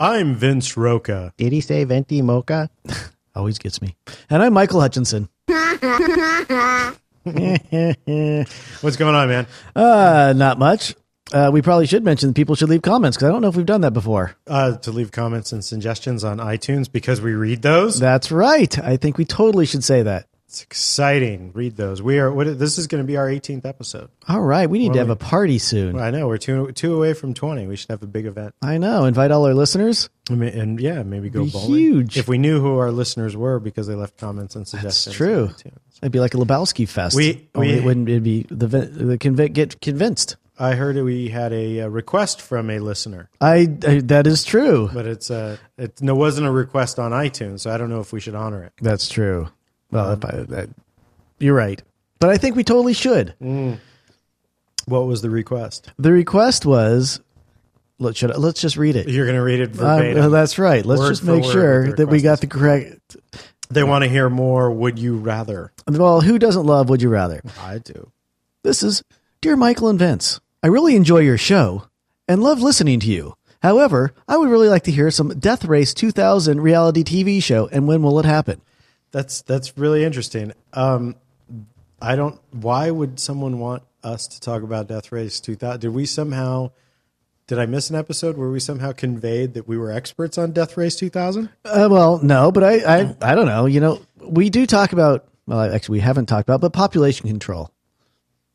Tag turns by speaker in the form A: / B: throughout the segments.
A: I'm Vince Roca.
B: Did he say venti mocha?
C: Always gets me. And I'm Michael Hutchinson.
A: What's going on, man?
C: Uh, not much. Uh, we probably should mention that people should leave comments because I don't know if we've done that before.
A: Uh, to leave comments and suggestions on iTunes because we read those.
C: That's right. I think we totally should say that.
A: It's exciting. Read those. We are. What, this is going to be our 18th episode.
C: All right. We need to have a party soon.
A: I know we're two two away from 20. We should have a big event.
C: I know. Invite all our listeners.
A: I mean, and yeah, maybe go
C: Be
A: bowling.
C: huge.
A: If we knew who our listeners were because they left comments and
C: That's
A: suggestions.
C: true.
A: on iTunes.
C: It'd be like a Lebowski fest.
A: We-
C: Only
A: we-
C: it wouldn't. It'd be the, the conv- get convinced.
A: I heard we had a uh, request from a listener,
C: I, I that is true.
A: but it's uh, it no, wasn't a request on iTunes, so I don't know if we should honor it.
C: That's true. Well, if I, that, you're right. But I think we totally should.
B: Mm.
A: What was the request?
C: The request was, let, should I, let's just read it.
A: You're going to read it
C: Uh,
A: verbatim.
C: that's right. Let's
A: Word
C: just
A: for
C: make
A: word
C: sure
A: with the
C: that we got
A: request
C: the correct.
A: they want to hear more. Would you rather?
C: Well, who doesn't love Would You Rather?
A: I do.
C: This is Dear Michael and Vince. I really enjoy your show and love listening to you. However, I would really like to hear some Death Race 2000 reality TV show and when will it happen?
A: That's that's really interesting. Um, I don't. Why would someone want us to talk about Death Race 2000? Did we somehow? Did I miss an episode where we somehow conveyed that we were experts on Death Race 2000?
C: Uh, well, no, but I, I, I don't know. You know, we do talk about, well, actually, we haven't talked about, but population control.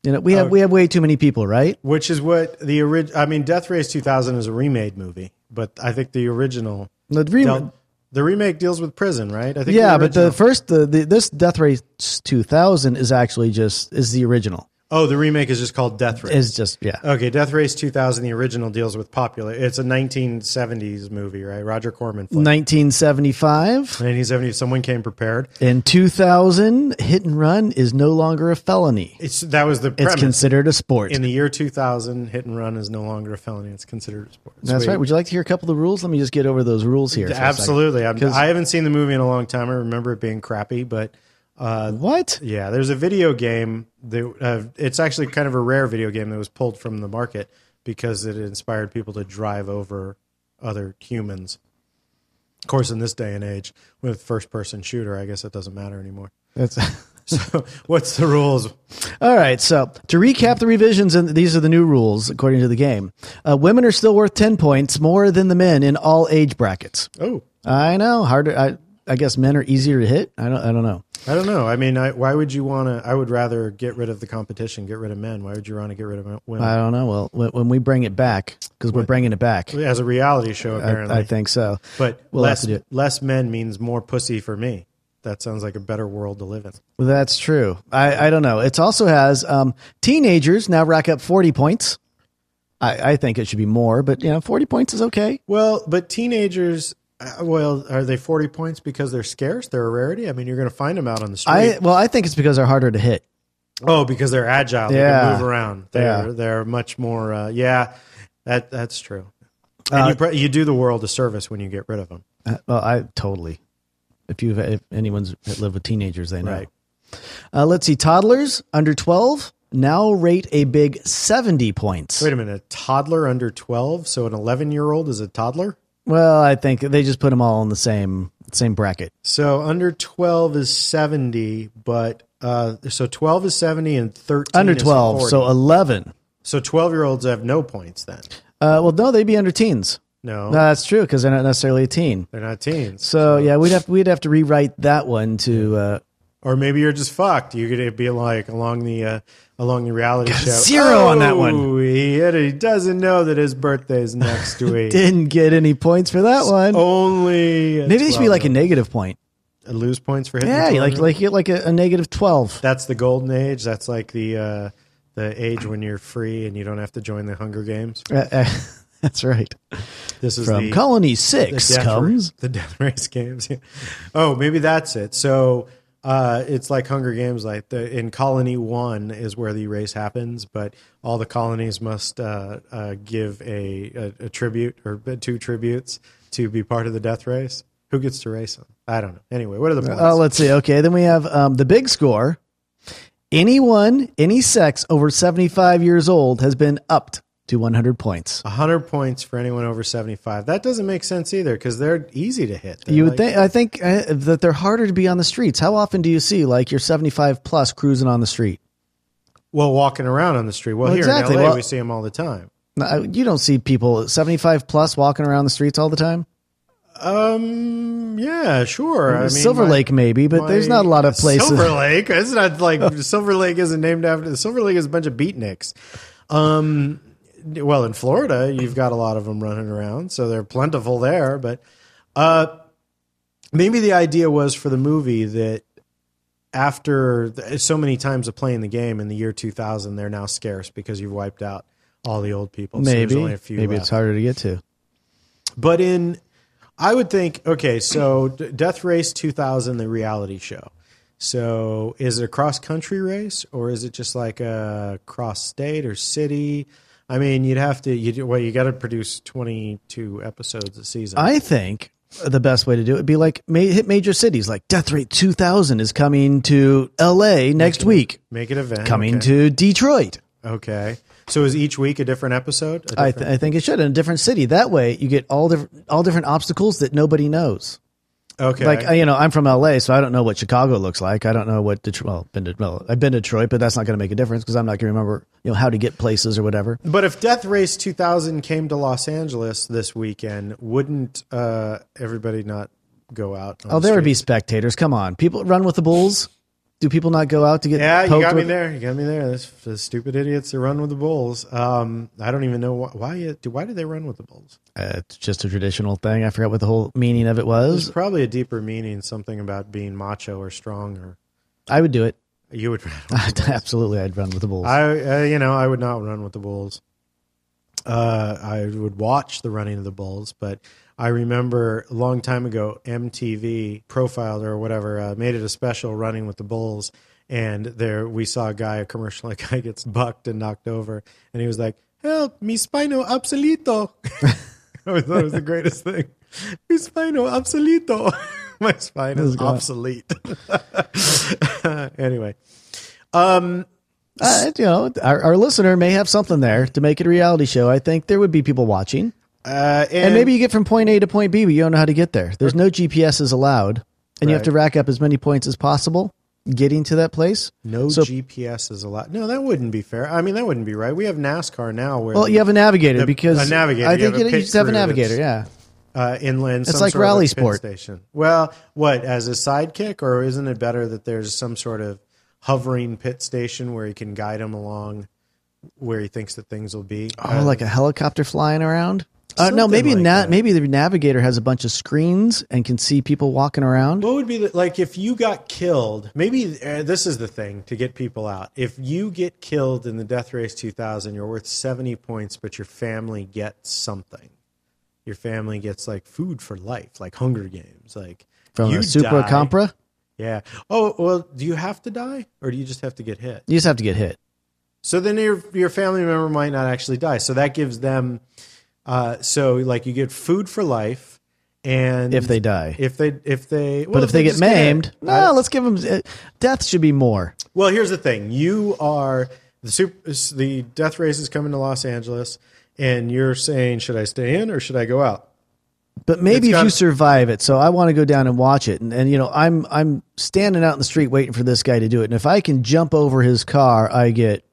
C: You know, we
A: Oh.
C: have, we have way too many people, right?
A: Which is what the original. I mean, Death Race 2000 is a remade movie, but I think the original.
C: The dream-
A: dealt- the remake deals with prison, right? I think.
C: yeah, but the
A: original-
C: first, the, the, this Death Race 2000 is actually just, is the original.
A: oh, the remake is just called Death Race.
C: Is just, yeah.
A: Okay, Death Race 2000, the original deals with popular. It's a 1970s movie, right? Roger Corman. flick.
C: 1975.
A: 1970, someone came prepared.
C: In 2000, hit and run is no longer a felony.
A: It's that was the
C: It's
A: premise.
C: considered a sport.
A: In the year 2000, hit and run is no longer a felony. It's considered a sport.
C: That's
A: Sweet.
C: right. Would you like to hear a couple of the rules? Let me just get over those rules here. for a second.
A: Absolutely. I'm,
C: 'Cause-
A: I haven't seen the movie in a long time. I remember it being crappy, but
C: What?
A: yeah, there's a video game. That, uh, it's actually kind of a rare video game that was pulled from the market because it inspired people to drive over other humans. Of course, in this day and age, with first person shooter, I guess it doesn't matter anymore.
C: That's
A: So, what's the rules?
C: All right. So to recap the revisions, and these are the new rules according to the game. Uh, women are still worth ten points more than the men in all age brackets.
A: Oh,
C: I know. Harder. I, I guess men are easier to hit. I don't. I don't know.
A: I don't know. I mean, I, why would you want to? I would rather get rid of the competition, get rid of men. Why would you want to get rid of women?
C: I don't know. Well, when, when we bring it back, because we're bringing it back,
A: As a reality show, apparently.
C: I think so.
A: but
C: we'll have
A: less
C: to do it.
A: less men means more pussy for me. That sounds like a better world to live in.
C: That's true. I, I don't know. It also has um, teenagers now rack up 40 points. I, I think it should be more, but you know, 40 points is okay.
A: Well, but teenagers, uh, well, are they forty points because they're scarce? They're a rarity. I mean, you're going to find them out on the street.
C: I well, I think it's because they're harder to hit.
A: oh, because they're agile. They
C: Yeah.
A: can move around. They're
C: Yeah.
A: they're much more. Uh, yeah, that that's true. And you, pre- you do the world a service when you get rid of them.
C: Uh, Well, I totally. If you've if anyone's lived with teenagers, they know.
A: Right.
C: Uh, let's see, toddlers under 12 now rate a big 70 points.
A: Wait a minute, a toddler under twelve, so an eleven-year-old is a toddler.
C: Well, I think they just put them all in the same same bracket.
A: So under twelve is seventy, but uh, so twelve is seventy and thirteen
C: Under
A: is
C: 12,
A: 40.
C: so 11.
A: So twelve-year-olds have no points then.
C: Uh, well, no, they'd be under teens.
A: No,
C: No, that's true because they're not necessarily a teen.
A: they're not teens.
C: So yeah, we'd have we'd have to rewrite that one to uh,
A: Or maybe you're just fucked. You could be like along the uh, along the reality show.
C: zero on that one.
A: Oh, He, he doesn't know that his birthday's next week.
C: didn't get any points for that one.
A: Oh, Only a
C: Maybe they should be like a
A: 12-year-old.
C: negative point.
A: lose points for hitting.
C: Yeah, you like
A: 12-year-old?
C: like you get like a, a negative twelve.
A: that's the golden age. That's like the uh, the age when you're free and you don't have to join the Hunger Games.
C: Uh, uh, that's right.
A: This is
C: From
A: the,
C: Colony
A: the
C: Six
A: death
C: comes.
A: the death race games. Yeah. Oh, maybe that's it. So uh, it's like Hunger Games. Like the, in Colony One is where the race happens, but all the colonies must uh, uh, give a, a, a tribute or two tributes to be part of the death race. Who gets to race them? I don't know. Anyway, what are the points?
C: Oh, let's see. Okay, then we have um, the big score. Anyone, any sex over seventy five years old has been upped to 100 points.
A: 100 points for anyone over 75. That doesn't make sense either because they're easy to hit. They're
C: you would
A: like-
C: think. I think uh, that they're harder to be on the streets. How often do you see like your 75 plus cruising on the street?
A: Well, walking around on the street. Well,
C: Well,
A: here
C: exactly.
A: in LA,
C: Well-
A: we see them all the time.
C: No, I- uh, You don't see people 75 plus walking around the streets all the time.
A: Um, yeah, sure. I mean,
C: Mm. Silver
A: my-
C: Lake maybe, but there's not a lot of places.
A: Silver Lake. It's not like Silver Lake isn't named after. Silver Lake is a bunch of beatniks. Um, well, in Florida, you've got a lot of them running around, so they're plentiful there. But uh, maybe the idea was for the movie that after th- so many times of playing the game in the year 2000, they're now scarce because you've wiped out all the old people. so there's
C: maybe
A: only a few
C: maybe
A: left.
C: it's harder to get to.
A: But in, I would think, okay, so D- Death Race 2000, the reality show. So is it a cross country race or is it just like a cross state or city? I mean, you'd have to, you well, you got to produce 22 episodes a season.
C: I think the best way to do it would be like ma- hit major cities like Death Rate 2000 is coming to LA next week,
A: Make it event.
C: coming
A: okay.
C: to Detroit.
A: Okay. So is each week a different episode? A
C: I,
A: different-
C: th- I think it should in a different city. That way, you get all different all different obstacles that nobody knows.
A: okay.
C: Like I- you know, I'm from LA, so I don't know what Chicago looks like. I don't know what Detroit. Well, been to, well, I've been to Detroit, but that's not going to make a difference because I'm not going to remember you know how to get places or whatever.
A: But if Death Race 2000 came to Los Angeles this weekend, wouldn't uh, everybody not go out?
C: Oh, there would be spectators. Come on, people run with the bulls. Do people not go out to get?
A: Yeah, you
C: poked
A: got me
C: with-
A: there. You got me there. This, the stupid idiots that run with the bulls. Um, I don't even know why. Why, you- why did they run with the bulls?
C: Uh, it's just a traditional thing. I forgot what the whole meaning of it was.
A: There's probably a deeper meaning, something about being macho or strong. Or
C: I would do it.
A: you would.
C: Absolutely, I'd run with the bulls.
A: I, uh, you know, I would not run with the bulls. Uh, I would watch the running of the bulls, but I remember a long time ago, MTV profiled or whatever uh, made it a special running with the bulls, and there we saw a guy, a commercial, a guy gets bucked and knocked over, and he was like, "Help, mi spino obsoleto." I thought it was the greatest thing. Mi spino obsoleto. My spine is
C: gone.
A: obsolete. anyway, um,
C: Uh, you know, our, our listener may have something there to make it a reality show. I think there would be people watching.
A: Uh, and,
C: And, maybe you get from point A to point B, but you don't know how to get there. There's no GPSs allowed, and you have
A: Right.
C: to rack up as many points as possible getting to that place.
A: no
C: so-
A: GPS is allowed. No, that wouldldn't be fair. I mean, that wouldn't be right. We have NASCAR now, where
C: Well, you have a navigator
A: The-
C: because
A: a navigator,
C: I
A: you
C: think
A: have a
C: you, know, you
A: pit
C: just have a
A: crew
C: navigator. Yeah,
A: uh, inland. It's
C: like rally sport.
A: station. Well, what as a sidekick, or isn't it better that there's some sort of hovering pit station where he can guide him along where he thinks that things will be?
C: oh, like a helicopter flying around. Uh, no,
A: Uh, Something
C: maybe
A: like
C: not.
A: that.
C: Maybe the navigator has a bunch of screens and can see people walking around.
A: What would be the, like if you got killed? Maybe uh, this is the thing to get people out. If you get killed in the Death Race 2000, you're worth 70 points, but your family gets something. Your family gets like food for life, like Hunger Games, like
C: from
A: you
C: a Supra
A: die.
C: Compra,
A: Yeah. Oh well, do you have to die, or do you just have to get hit?
C: you just have to get hit.
A: So then your your family member might not actually die. So that gives them. Uh, so like you get food for life, and
C: If they die.
A: if they if they well,
C: But if they get
A: just hit,
C: maimed,
A: I-
C: no, let's give them. death should be more.
A: Well, here's the thing: you are the super, the death race is coming to Los Angeles, and you're saying, should I stay in or should I go out?
C: But maybe
A: It's
C: if
A: got-
C: you survive it, so I want to go down and watch it. And, and you know, I'm I'm standing out in the street waiting for this guy to do it. And if I can jump over his car, I get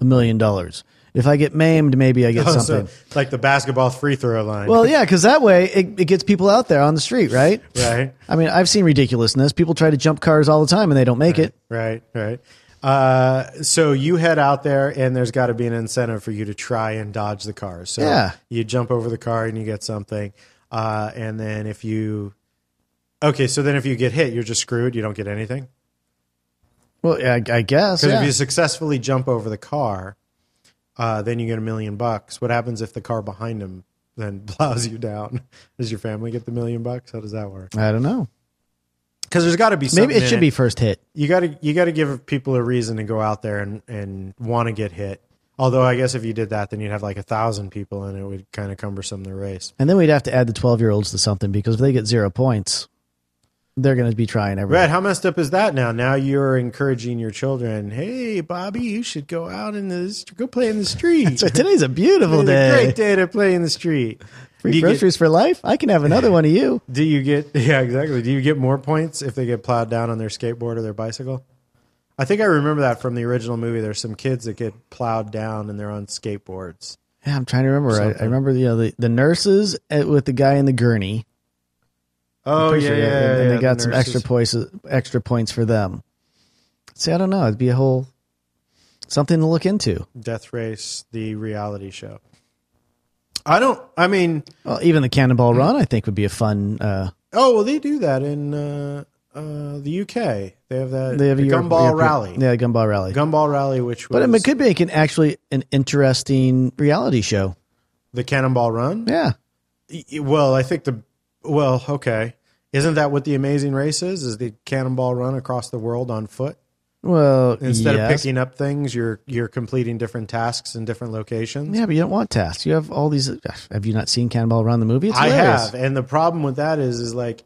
C: a million dollars. If I get maimed, maybe I get
A: Oh,
C: something.
A: So, like the basketball free throw line.
C: Well, yeah, because that way it, it gets people out there on the street, right?
A: right,
C: I mean, I've seen ridiculousness. People try to jump cars all the time and they don't make it.
A: right, right. Uh, so you head out there, and there's got to be an incentive for you to try and dodge the cars. So
C: Yeah.
A: you jump over the car and you get something, uh, and then if you okay, so then if you get hit, you're just screwed. You don't get anything.
C: Well, I, I guess.
A: Because
C: yeah.
A: if you successfully jump over the car, uh, then you get a million bucks. What happens if the car behind him then plows you down? Does your family get the million bucks? How does that work?
C: I don't know.
A: Because there's got to be something
C: Maybe it
A: in
C: should be first hit.
A: You got to you got to give people a reason to go out there and and want to get hit. Although I guess if you did that, then you'd have like a thousand people, and it would kind of cumbersome the race.
C: And then we'd have to add the 12 year olds to something because if they get zero points, They're going to be trying everything.
A: Brad, how messed up is that now? Now you're encouraging your children. Hey, Bobby, you should go out in the st- go play in the street.
C: So today's a beautiful
A: It's
C: day.
A: a great day to play in the street.
C: Free
A: do you
C: groceries for life. I can have another one of you.
A: Get, do you get? Yeah, exactly. Do you get more points if they get plowed down on their skateboard or their bicycle? I think I remember that from the original movie. There's some kids that get plowed down and they're on skateboards.
C: Yeah, I'm trying to remember. I, I remember you know, the, the nurses at, with the guy in the gurney.
A: Oh
C: Pretty
A: yeah,
C: sure
A: yeah,
C: they-
A: yeah.
C: And, and
A: yeah,
C: they got
A: the
C: some
A: nurses.
C: extra points, extra points for them. See, I don't know. It'd be a whole something to look into.
A: Death Race, the reality show. I don't. I mean,
C: Well, even the
A: Hmm.
C: Cannonball Run, I think, would be a fun. Uh,
A: oh well, they do that in uh, uh, the UK. They have that
C: they have a
A: the
C: year-
A: gumball
C: yeah,
A: rally,
C: Yeah, Gumball Rally.
A: gumball rally, which was
C: but I mean, it could make an actually an interesting reality show.
A: the Cannonball Run.
C: Yeah,
A: Y- y- Well, I think the well, okay, isn't that what the Amazing Race is? Is the Cannonball Run across the world on foot?
C: Well,
A: Instead
C: yes.
A: of picking up things, you're you're completing different tasks in different locations.
C: Yeah, but you don't want tasks. You have all these. Have you not seen Cannonball Run the movie? It's
A: I
C: hilarious.
A: have, and the problem with that is, is like,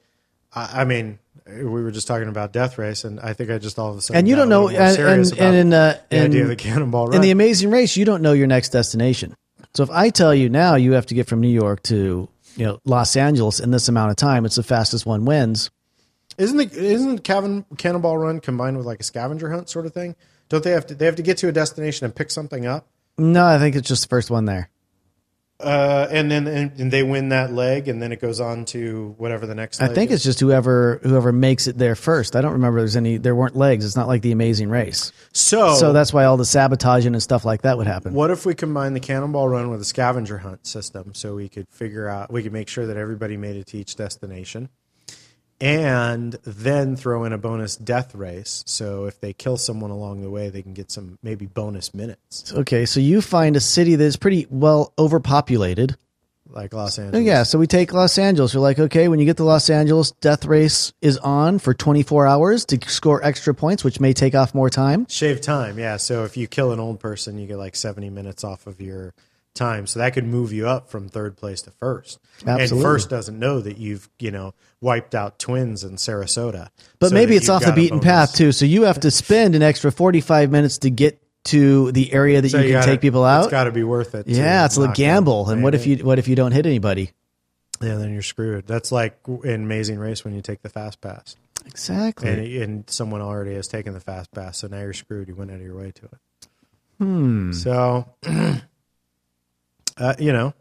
A: I, I mean, we were just talking about Death Race, and I think I just all of a sudden,
C: And you
A: got
C: don't
A: a
C: know.
A: little more
C: And,
A: serious
C: and,
A: about
C: and in, uh,
A: the idea of
C: in,
A: the Cannonball
C: in
A: Run.
C: the Amazing Race, you don't know your next destination. So if I tell you now you have to get from New York to you know Los Angeles in this amount of time, it's the fastest one wins.
A: isn't the, isn't Cavan, Cannonball Run combined with like a scavenger hunt sort of thing? Don't they have to? They have to get to a destination and pick something up,
C: No, I think it's just the first one there.
A: uh, and then and, and they win that leg, and then it goes on to whatever the next.
C: I think it's just whoever whoever makes it there first. I don't remember there's any. There weren't legs. It's not like the Amazing Race.
A: so.
C: So that's why all the sabotaging and stuff like that would happen.
A: what if we combine the cannonball run with a scavenger hunt system so we could figure out, we could make sure that everybody made it to each destination and then throw in a bonus death race. So if they kill someone along the way, they can get some maybe bonus minutes,
C: Okay, so you find a city that's pretty well overpopulated.
A: like Los Angeles.
C: Yeah, so we take Los Angeles. We're like, okay, when you get to Los Angeles, death race is on for 24 hours to score extra points, which may take off more time.
A: Shave time. Yeah. So if you kill an old person, you get like 70 minutes off of your time. So that could move you up from third place to first. And
C: Absolutely.
A: first doesn't know that you've, you know, wiped out twins in Sarasota.
C: But
A: So
C: maybe
A: that
C: it's
A: you've
C: off the
A: got a
C: beaten
A: bonus.
C: path too. So you have to spend an extra 45 minutes to get to the area that
A: So
C: you, can
A: gotta-
C: take people
A: It's
C: out.
A: got to be worth it. to
C: yeah, it's a
A: knock
C: gamble.
A: them.
C: And what if you what if you don't hit anybody?
A: Yeah, then you're screwed. That's like in Amazing Race when you take the fast pass,
C: Exactly.
A: and, and someone already has taken the fast pass, so now you're screwed. You went out of your way to it. Hmm. So, uh, you know,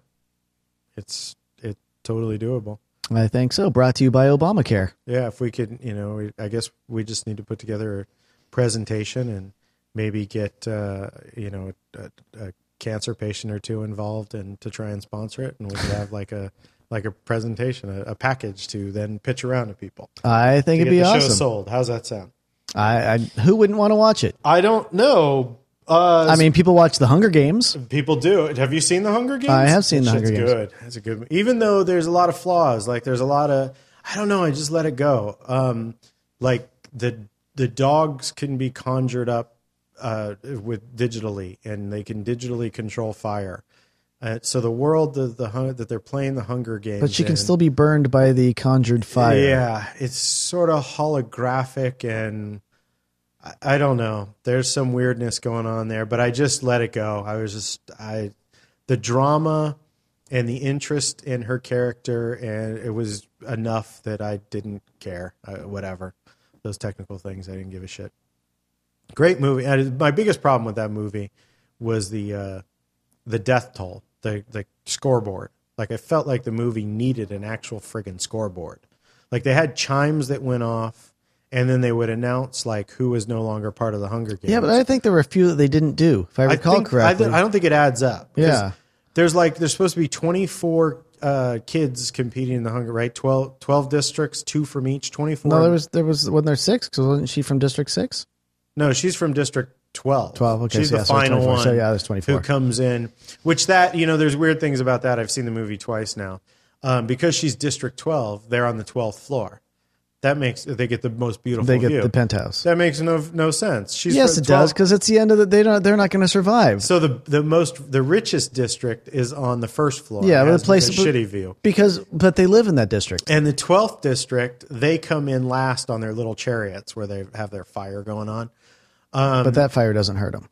A: it's it's totally doable.
C: I think so. Brought to you by Obamacare.
A: Yeah, if we could, you know, we, I guess we just need to put together a presentation and maybe get, uh, you know, a, a cancer patient or two involved and to try and sponsor it, and we could have like a like a presentation, a, a package to then pitch around to people.
C: I
A: To
C: think it'd
A: get
C: be
A: the show
C: awesome.
A: sold. How's that sound?
C: I, I who wouldn't want to watch it?
A: I don't know. Uh,
C: I mean, people watch The Hunger Games.
A: People do. Have you seen the Hunger Games?
C: I have seen The
A: shit's
C: Hunger Games.
A: Good. That's a good. Even though there's a lot of flaws, like there's a lot of I don't know. I just let it go. Um, like the the dogs can be conjured up uh, with digitally, and they can digitally control fire. Uh, so the world that the hun- that they're playing the Hunger Games,
C: But she can
A: in-
C: still be burned by the conjured fire.
A: yeah, it's sort of holographic and I- I don't know. There's some weirdness going on there, but I just let it go. I was just I the drama and the interest in her character and it was enough that I didn't care. Uh, whatever. Those technical things I didn't give a shit. Great movie. And my biggest problem with that movie was the uh the death toll, the the scoreboard. Like I felt like the movie needed an actual friggin' scoreboard. Like they had chimes that went off, and then they would announce like who was no longer part of the Hunger Games.
C: Yeah, but I think there were a few that they didn't do, if I
A: I
C: recall
A: think- I,
C: correctly.
A: th- I don't think it adds up. 'Cause
C: Yeah.
A: there's like there's supposed to be 24 uh, kids competing in the Hunger, right? 12, 12 districts, two from each. 24.
C: no, there was there was wasn't there six? Because wasn't she from District Six?
A: No, she's from District 12.
C: 12, okay,
A: She's
C: so
A: the
C: yeah, so
A: final
C: 24.
A: one.
C: So yeah, there's 24.
A: Who comes in, which that, you know, there's weird things about that. I've seen the movie twice now. Um, because she's District 12, they're on the 12th floor. That makes they get the most beautiful.
C: They get
A: view.
C: the penthouse.
A: That makes no no sense. She's
C: yes,
A: from
C: it does
A: 12
C: because it's the end of the. They don't. They're not going to survive
A: So the the most the richest district is on the first floor.
C: Yeah,
A: It
C: but
A: has
C: the place-
A: a shitty view.
C: because. But they live in that district.
A: And the twelfth district, they come in last on their little chariots where they have their fire going on. Um,
C: but that fire doesn't hurt them.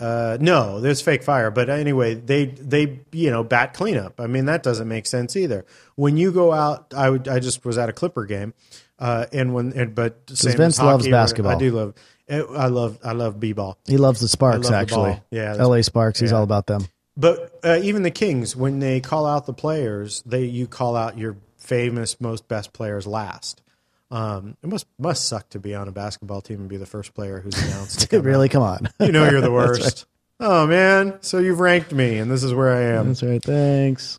A: Uh, no, there's fake fire, but anyway, they they you know bat cleanup. I mean that doesn't make sense either. When you go out, I would I just was at a Clipper game, uh, and when and, but same as
C: Vince
A: hockey,
C: loves
A: I
C: basketball.
A: do love eh, I love I love b ball.
C: He loves the Sparks
A: I love the
C: actually.
A: ball. Yeah, that's-
C: L.A. Sparks. He's all about them.
A: But uh, even the Kings, when they call out the players, they you call out your famous most best players last. Um, it must must suck to be on a basketball team and be the first player who's announced. to come out.
C: really, come on.
A: you know you're the worst. Oh man, so you've ranked me, and this is where I am.
C: That's right. Thanks.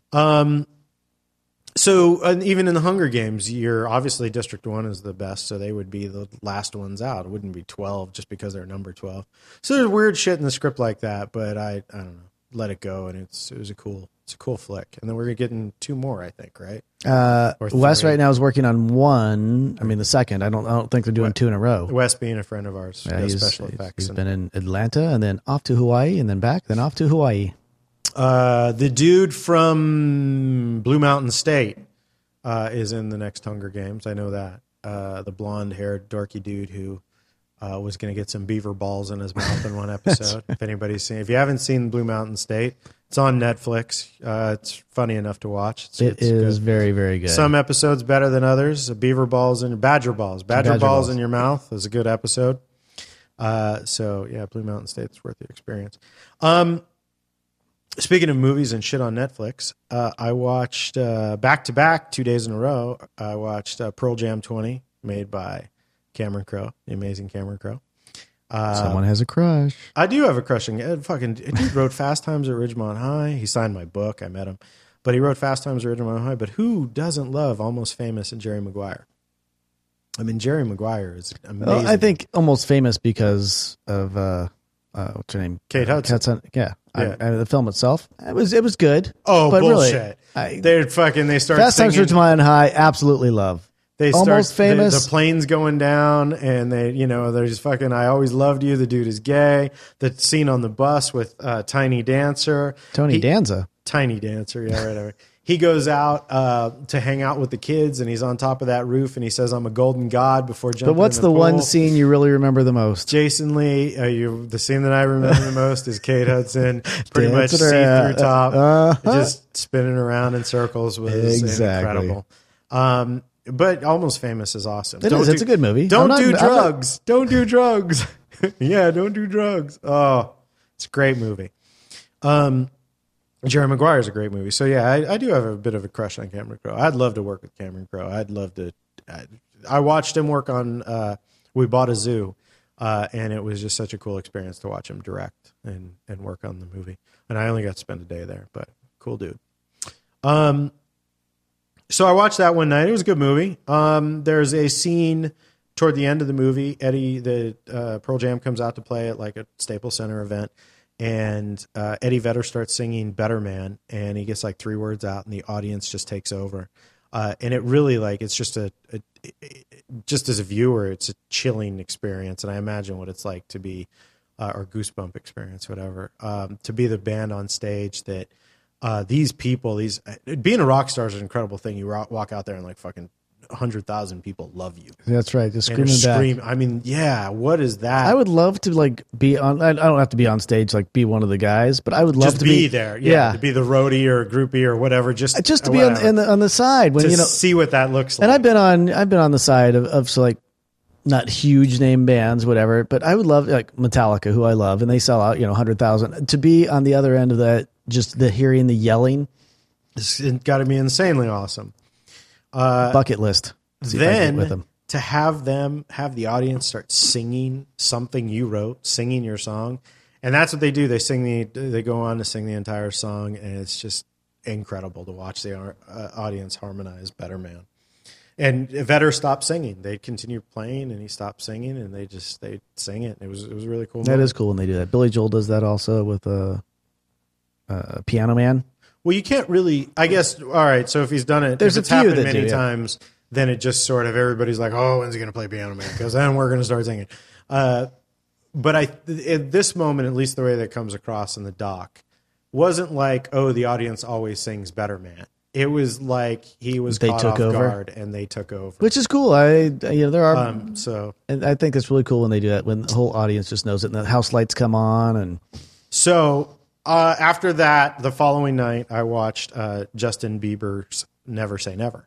A: So and even in the Hunger Games, you're obviously District One is the best, so they would be the last ones out. It wouldn't be twelve just because they're number twelve. So there's weird shit in the script like that, but I I don't know. Let it go, and it's it was a cool it's a cool flick. And then we're getting two more, I think, right?
C: Uh,
A: Or
C: Wes
A: three.
C: right now is working on one. I mean, the second. I don't. I don't think they're doing two in a row.
A: Wes being a friend of ours,
C: Yeah,
A: does
C: he's-
A: special
C: he's-
A: effects.
C: he's
A: and-
C: been in Atlanta and then off to Hawaii and then back, then off to Hawaii.
A: uh, the dude from Blue Mountain State uh, is in the next Hunger Games. I know that. Uh, the blonde haired, dorky dude who uh, was going to get some beaver balls in his mouth in one episode. if anybody's seen, if you haven't seen Blue Mountain State, it's on Netflix. Uh, it's funny enough to watch. It's,
C: It
A: it's
C: is
A: good.
C: very, very good.
A: Some episodes better than others. Beaver balls and badger balls. Badger,
C: Badger
A: balls,
C: balls.
A: in your mouth is a good episode. Uh, so yeah, Blue Mountain State's worth the experience. Um, speaking of movies and shit on Netflix, uh, I watched uh, back to back two days in a row. I watched uh, Pearl Jam 20, made by Cameron Crowe, the amazing Cameron Crowe.
C: Someone has a crush.
A: I do have a crushing. Uh, fucking dude wrote Fast Times at Ridgemont High. He signed my book. I met him, but he wrote Fast Times at Ridgemont High. But who doesn't love Almost Famous and Jerry Maguire? I mean, Jerry Maguire is amazing.
C: Well, Oh, I think almost famous because of uh, uh, what's her name?
A: Kate
C: Uh,
A: Hudson.
C: Yeah, I-
A: Yeah.
C: I, the film itself. It was it was good.
A: Oh
C: but really,
A: bullshit!
C: I-
A: They're fucking. They start
C: Fast Times
A: singing.
C: Ridgemont High. Absolutely love.
A: They start, the-
C: Almost Famous.
A: The, plane's going down, and they, you know, they're just fucking. I always loved you. The dude is gay. The scene on the bus with uh, Tiny Dancer.
C: Tony
A: He-
C: Danza.
A: tiny dancer, yeah, whatever. he goes out uh, to hang out with the kids, and he's on top of that roof, and he says, "I'm a golden god." Before jumping,
C: But what's
A: in
C: the, one
A: pool.
C: scene you really remember the most?
A: Jason Lee, uh, you, the scene that I remember the most is Kate Hudson, pretty much see
C: Dancing
A: through
C: around.
A: top,
C: uh, Uh-huh.
A: just spinning around in circles was
C: Exactly.
A: incredible. Um, but Almost Famous is awesome.
C: It is. It's a good movie.
A: Don't
C: I'm not-
A: do
C: I'm not-
A: drugs. Don't do drugs. yeah, don't do drugs. Oh, it's a great movie. Um, Jerry Maguire is a great movie. So yeah, I, I do have a bit of a crush on Cameron Crowe. I'd love to work with Cameron Crowe. I'd love to. I, I watched him work on uh, We Bought a Zoo, uh, and it was just such a cool experience to watch him direct and and work on the movie. And I only got to spend a day there, but cool dude. Um, so I watched that one night. It was a good movie. Um, there's a scene toward the end of the movie. Eddie, the uh, Pearl Jam comes out to play at like a Staples Center event, and uh, Eddie Vedder starts singing "Better Man," and he gets like three words out, and the audience just takes over. Uh, and it really like it's just a, a it- it- just as a viewer, it's a chilling experience, and I imagine what it's like to be uh, or goosebump experience, whatever, um, to be the band on stage that uh, these people, these uh, being a rock star is an incredible thing. You ro- walk out there and like fucking hundred thousand people love you.
C: That's right. Just
A: And they're
C: screaming back.
A: scream- I mean, yeah. What is that?
C: I would love to like be on. I I don't have to be on stage, like be one of the guys, but I would love
A: just
C: to
A: be, there. Yeah,
C: yeah. Uh,
A: to be the roadie or groupie or whatever. Just
C: just to be on,
A: whatever.
C: in the, on the side when
A: to
C: you know.
A: see what that looks like.
C: And I've been on. I've been on the side of, of so like not huge name bands, whatever. But I would love like Metallica, who I love, and they sell out you know hundred thousand. To be on the other end of that, just the hearing the yelling
A: it's got to be insanely awesome.
C: bucket list. See if I can get
A: Uh, then
C: with them.
A: to have them have the audience start singing something you wrote, singing your song, and that's what they do. They sing the they go on to sing the entire song, and it's just incredible to watch the ar- uh, audience harmonize "Better Man." And Vetter stopped singing. They continued playing, and he stopped singing, and they just they sing it. It was it was a really cool.
C: That
A: moment.
C: is cool when they do that. Billy Joel does that also with uh, uh, Piano Man.
A: Well, you can't really. I guess. All right. So if he's done it,
C: There's
A: if
C: a
A: it's
C: few
A: happened
C: that
A: many
C: do, yeah.
A: times, then it just sort of everybody's like, oh, when's he going to play Piano Man? Because then we're going to start singing. Uh, but I, at this moment, at least the way that comes across in the doc, wasn't like, oh, the audience always sings Better Man. It was like he was
C: They
A: caught
C: took
A: off
C: over.
A: guard and they took over.
C: which is cool. I you know there are
A: um, so
C: and I think it's really cool when they do that when the whole audience just knows it and the house lights come on and
A: So uh, after that, the following night, I watched uh, Justin Bieber's "Never Say Never."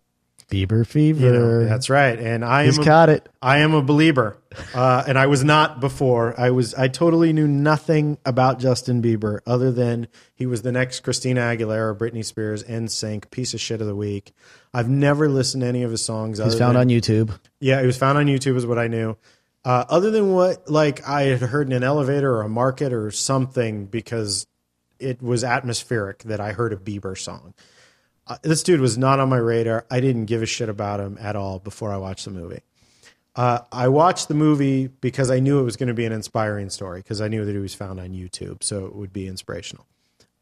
C: Bieber fever.
A: You know, that's right, and I
C: He's
A: am a-
C: got it.
A: I am a believer, uh, and I was not before. I was I totally knew nothing about Justin Bieber other than he was the next Christina Aguilera, Britney Spears, NSYNC piece of shit of the week. I've never listened to any of his songs.
C: It's found on YouTube.
A: Yeah, it was found on YouTube, is what I knew. Uh, other than what, like I had heard in an elevator or a market or something, because it was atmospheric that I heard a Bieber song. Uh, this dude was not on my radar. I didn't give a shit about him at all before I watched the movie. Uh, I watched the movie because I knew it was going to be an inspiring story because I knew that it was found on YouTube, so it would be inspirational.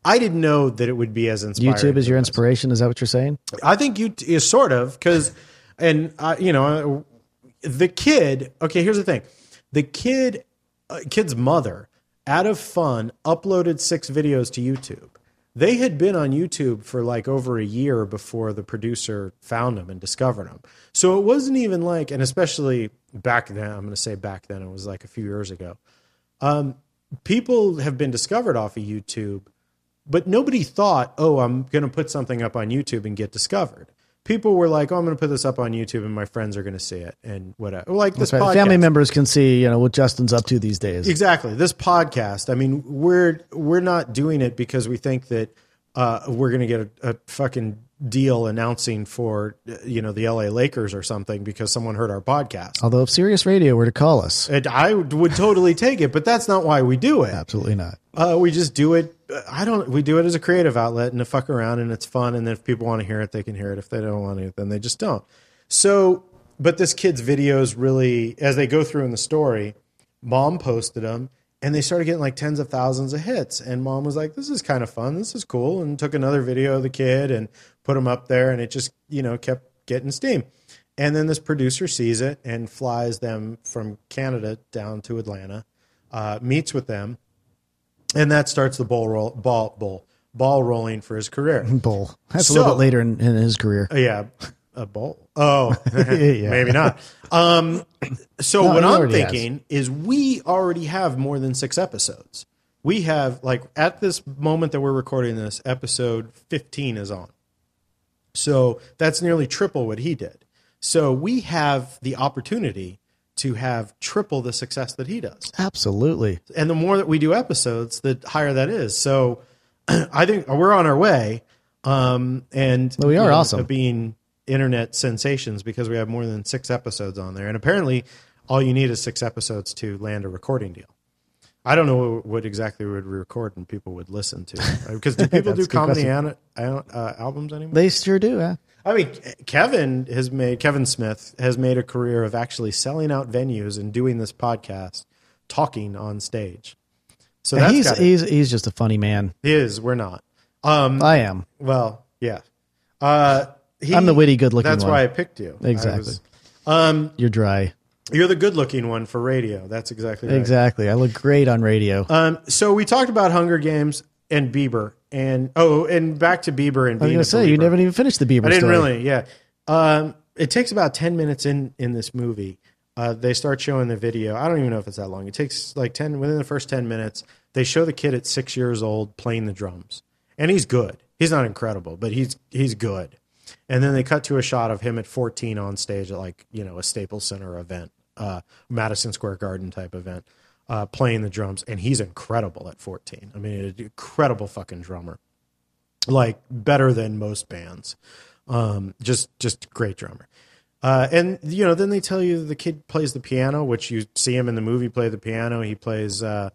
A: I didn't know that it would be as inspiring.
C: YouTube is
A: as
C: your
A: it was.
C: inspiration. Is that what you're saying?
A: I think you is sort of because, and uh, you know, the kid. Okay, here's the thing: the kid, uh, kid's mother, out of fun, uploaded six videos to YouTube. They had been on YouTube for like over a year before the producer found them and discovered them. So it wasn't even like, and especially back then, I'm going to say back then, it was like a few years ago. Um, people have been discovered off of YouTube, but nobody thought, oh, I'm going to put something up on YouTube and get discovered. People were like, oh, I'm going to put this up on YouTube and my friends are going to see it and whatever. Like this
C: Right.
A: podcast.
C: Family members can see you know what Justin's up to these days.
A: Exactly. This podcast. I mean, we're we're not doing it because we think that uh, we're going to get a, a fucking deal announcing for uh, you know the LA Lakers or something because someone heard our podcast.
C: Although if Sirius Radio were to call us,
A: And I would totally take it, but that's not why we do it.
C: absolutely not.
A: Uh, we just do it. uh, I don't. We do it as a creative outlet and to fuck around, and it's fun. And then if people want to hear it, they can hear it. If they don't want to, then they just don't. So, but this kid's videos really, as they go through in the story, mom posted them, and they started getting like tens of thousands of hits. And mom was like, "This is kind of fun. This is cool," and took another video of the kid and put him up there, and it just you know kept getting steam. And then this producer sees it and flies them from Canada down to Atlanta, uh, meets with them and that starts the ball roll, ball bowl ball rolling for his career.
C: Bull. That's a
A: So-
C: little bit later in, in his career.
A: Uh, yeah, a bowl. Oh, maybe not. Um, so what
C: he
A: I'm
C: already has.
A: thinking is we already have more than six episodes. We have like at this moment that we're recording this, episode 15 is on. So that's nearly triple what he did. So we have the opportunity to have triple the success that he does
C: Absolutely.
A: and the more that we do episodes, the higher that is. So I think we're on our way. Um, and
C: Well, we are
A: you know,
C: awesome.
A: of being internet sensations because we have more than six episodes on there. And apparently, all you need is six episodes to land a recording deal. I don't know what, what exactly we would record and people would listen to because do people do
C: That's a good
A: comedy
C: question.
A: an, an, uh, albums anymore?
C: They sure do. Huh?
A: I mean, Kevin has made Kevin Smith has made a career of actually selling out venues and doing this podcast, talking on stage. So that's
C: He's,
A: gotta-
C: he's, he's just a funny man.
A: his. We're not. Um.
C: I am.
A: Well, yeah. Uh. He,
C: I'm the witty, good-looking
A: That's
C: one.
A: why I picked you. I
C: Exactly.
A: was-
C: You're dry.
A: you're the good-looking one for radio. That's exactly right.
C: Exactly. I look great on radio.
A: Um. So we talked about Hunger Games and Bieber and oh, and back to Bieber and being
C: I was going
A: a
C: to say, you
A: believer.
C: never even finished the Bieber
A: I didn't
C: story.
A: really. Yeah. Um, it takes about ten minutes in in this movie. Uh, they start showing the video. I don't even know if it's that long. It takes like ten within the first ten minutes. They show the kid at six years old playing the drums, and he's good. He's not incredible, but he's he's good. And then they cut to a shot of him at fourteen on stage at like you know a Staples Center event, uh, Madison Square Garden type event, uh, playing the drums, and he's incredible at fourteen. I mean, an incredible fucking drummer like better than most bands. Um, just just great drummer. Uh, and you know, then they tell you the kid plays the piano, which you see him in the movie play the piano. He plays uh,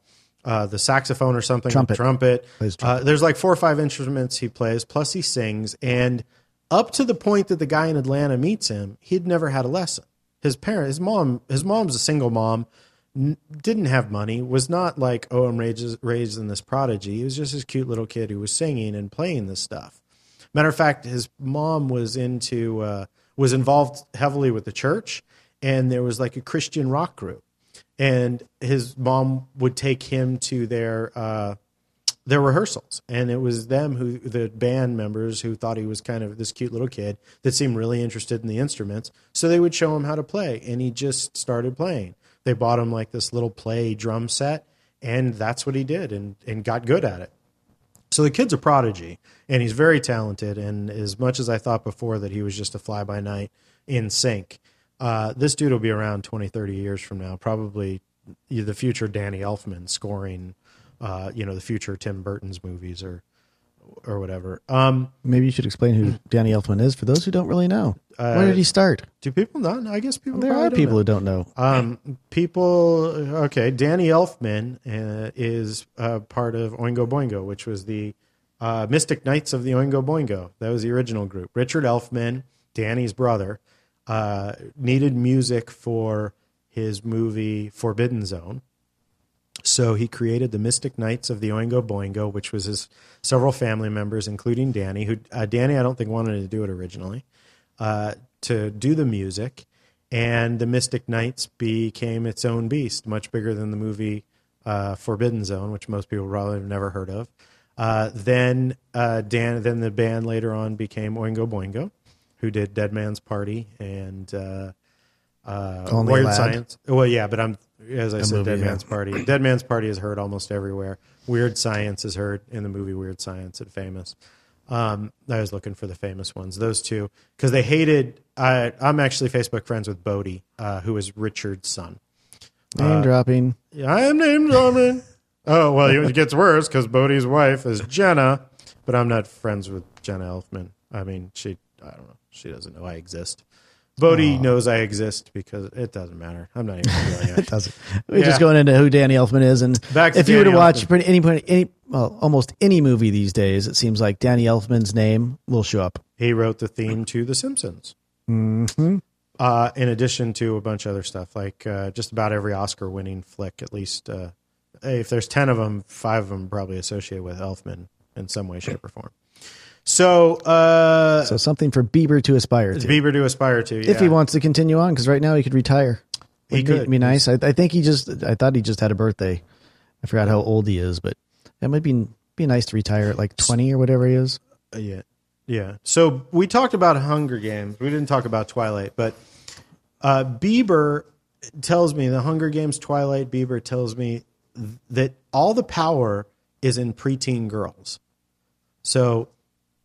A: uh, the saxophone or something,
C: Trumpet.
A: trumpet.
C: Plays
A: Uh, there's like four or five instruments he plays, plus he sings. And up to the point that the guy in Atlanta meets him, he'd never had a lesson. His parent, his mom, his mom's a single mom, n- didn't have money, was not like, oh, I'm raised, raised in this prodigy. He was just this cute little kid who was singing and playing this stuff. Matter of fact, his mom was into uh, was involved heavily with the church, and there was like a Christian rock group, and his mom would take him to their uh, their rehearsals, and it was them who the band members who thought he was kind of this cute little kid that seemed really interested in the instruments, so they would show him how to play, and he just started playing. They bought him like this little play drum set, and that's what he did, and and got good at it. So the kid's a prodigy, and he's very talented. And as much as I thought before that he was just a fly by night in sync, uh, this dude will be around 20, 30 years from now, probably the future Danny Elfman scoring, uh, you know, the future Tim Burton's movies or or whatever. Um,
C: Maybe you should explain who Danny Elfman is for those who don't really know. Where did he start?
A: do people not? know? Uh, I guess people.
C: There
A: probably
C: are
A: don't
C: people
A: know.
C: who don't know.
A: Um, people, okay, Danny Elfman uh, is uh, part of Oingo Boingo, which was the uh, Mystic Knights of the Oingo Boingo. That was the original group. Richard Elfman, Danny's brother, uh, needed music for his movie Forbidden Zone. So he created the Mystic Knights of the Oingo Boingo, which was his several family members, including Danny, who uh, Danny I don't think wanted to do it originally, uh, to do the music. And the Mystic Knights became its own beast, much bigger than the movie uh, Forbidden Zone, which most people probably have never heard of. Uh, then uh, Dan, then the band later on became Oingo Boingo, who did Dead Man's Party and uh, uh,
C: Only
A: Weird
C: Lad.
A: Science. Well, yeah, but I'm as I said,
C: movie,
A: Dead
C: yeah.
A: Man's Party. Dead Man's Party is heard almost everywhere. Weird Science is heard in the movie Weird Science at Famous. Um, I was looking for the famous ones. Those two because they hated. I, I'm actually Facebook friends with Bodie, uh, who is Richard's son.
C: Name dropping.
A: Yeah, I am named Norman. oh well, it gets worse because Bodie's wife is Jenna, but I'm not friends with Jenna Elfman. I mean, she I don't know. She doesn't know I exist. Bodie knows I exist because it doesn't matter. I'm not even feeling it.
C: Doesn't. We're
A: Yeah.
C: just going into who Danny Elfman is, and
A: Back to
C: if you were to
A: Danny
C: watch
A: Elfman.
C: pretty, any point, any well, almost any movie these days, it seems like Danny Elfman's name will show up.
A: He wrote the theme to The Simpsons. Mm-hmm. Uh, in addition to a bunch of other stuff, like uh, just about every Oscar-winning flick, at least uh, if there's ten of them, five of them probably associated with Elfman in some way, shape, or form. So, uh,
C: So something for Bieber to aspire to,
A: Bieber to aspire to, yeah.
C: if he wants to continue on, because right now he could retire.
A: He
C: Wouldn't it
A: could.
C: be nice. I, I think he just. I thought he just had a birthday. I forgot how old he is, but that might be be nice to retire at like twenty or whatever he is.
A: Uh, yeah, yeah. So we talked about Hunger Games. We didn't talk about Twilight, but uh, Bieber tells me the Hunger Games, Twilight, Bieber tells me th- that all the power is in preteen girls. So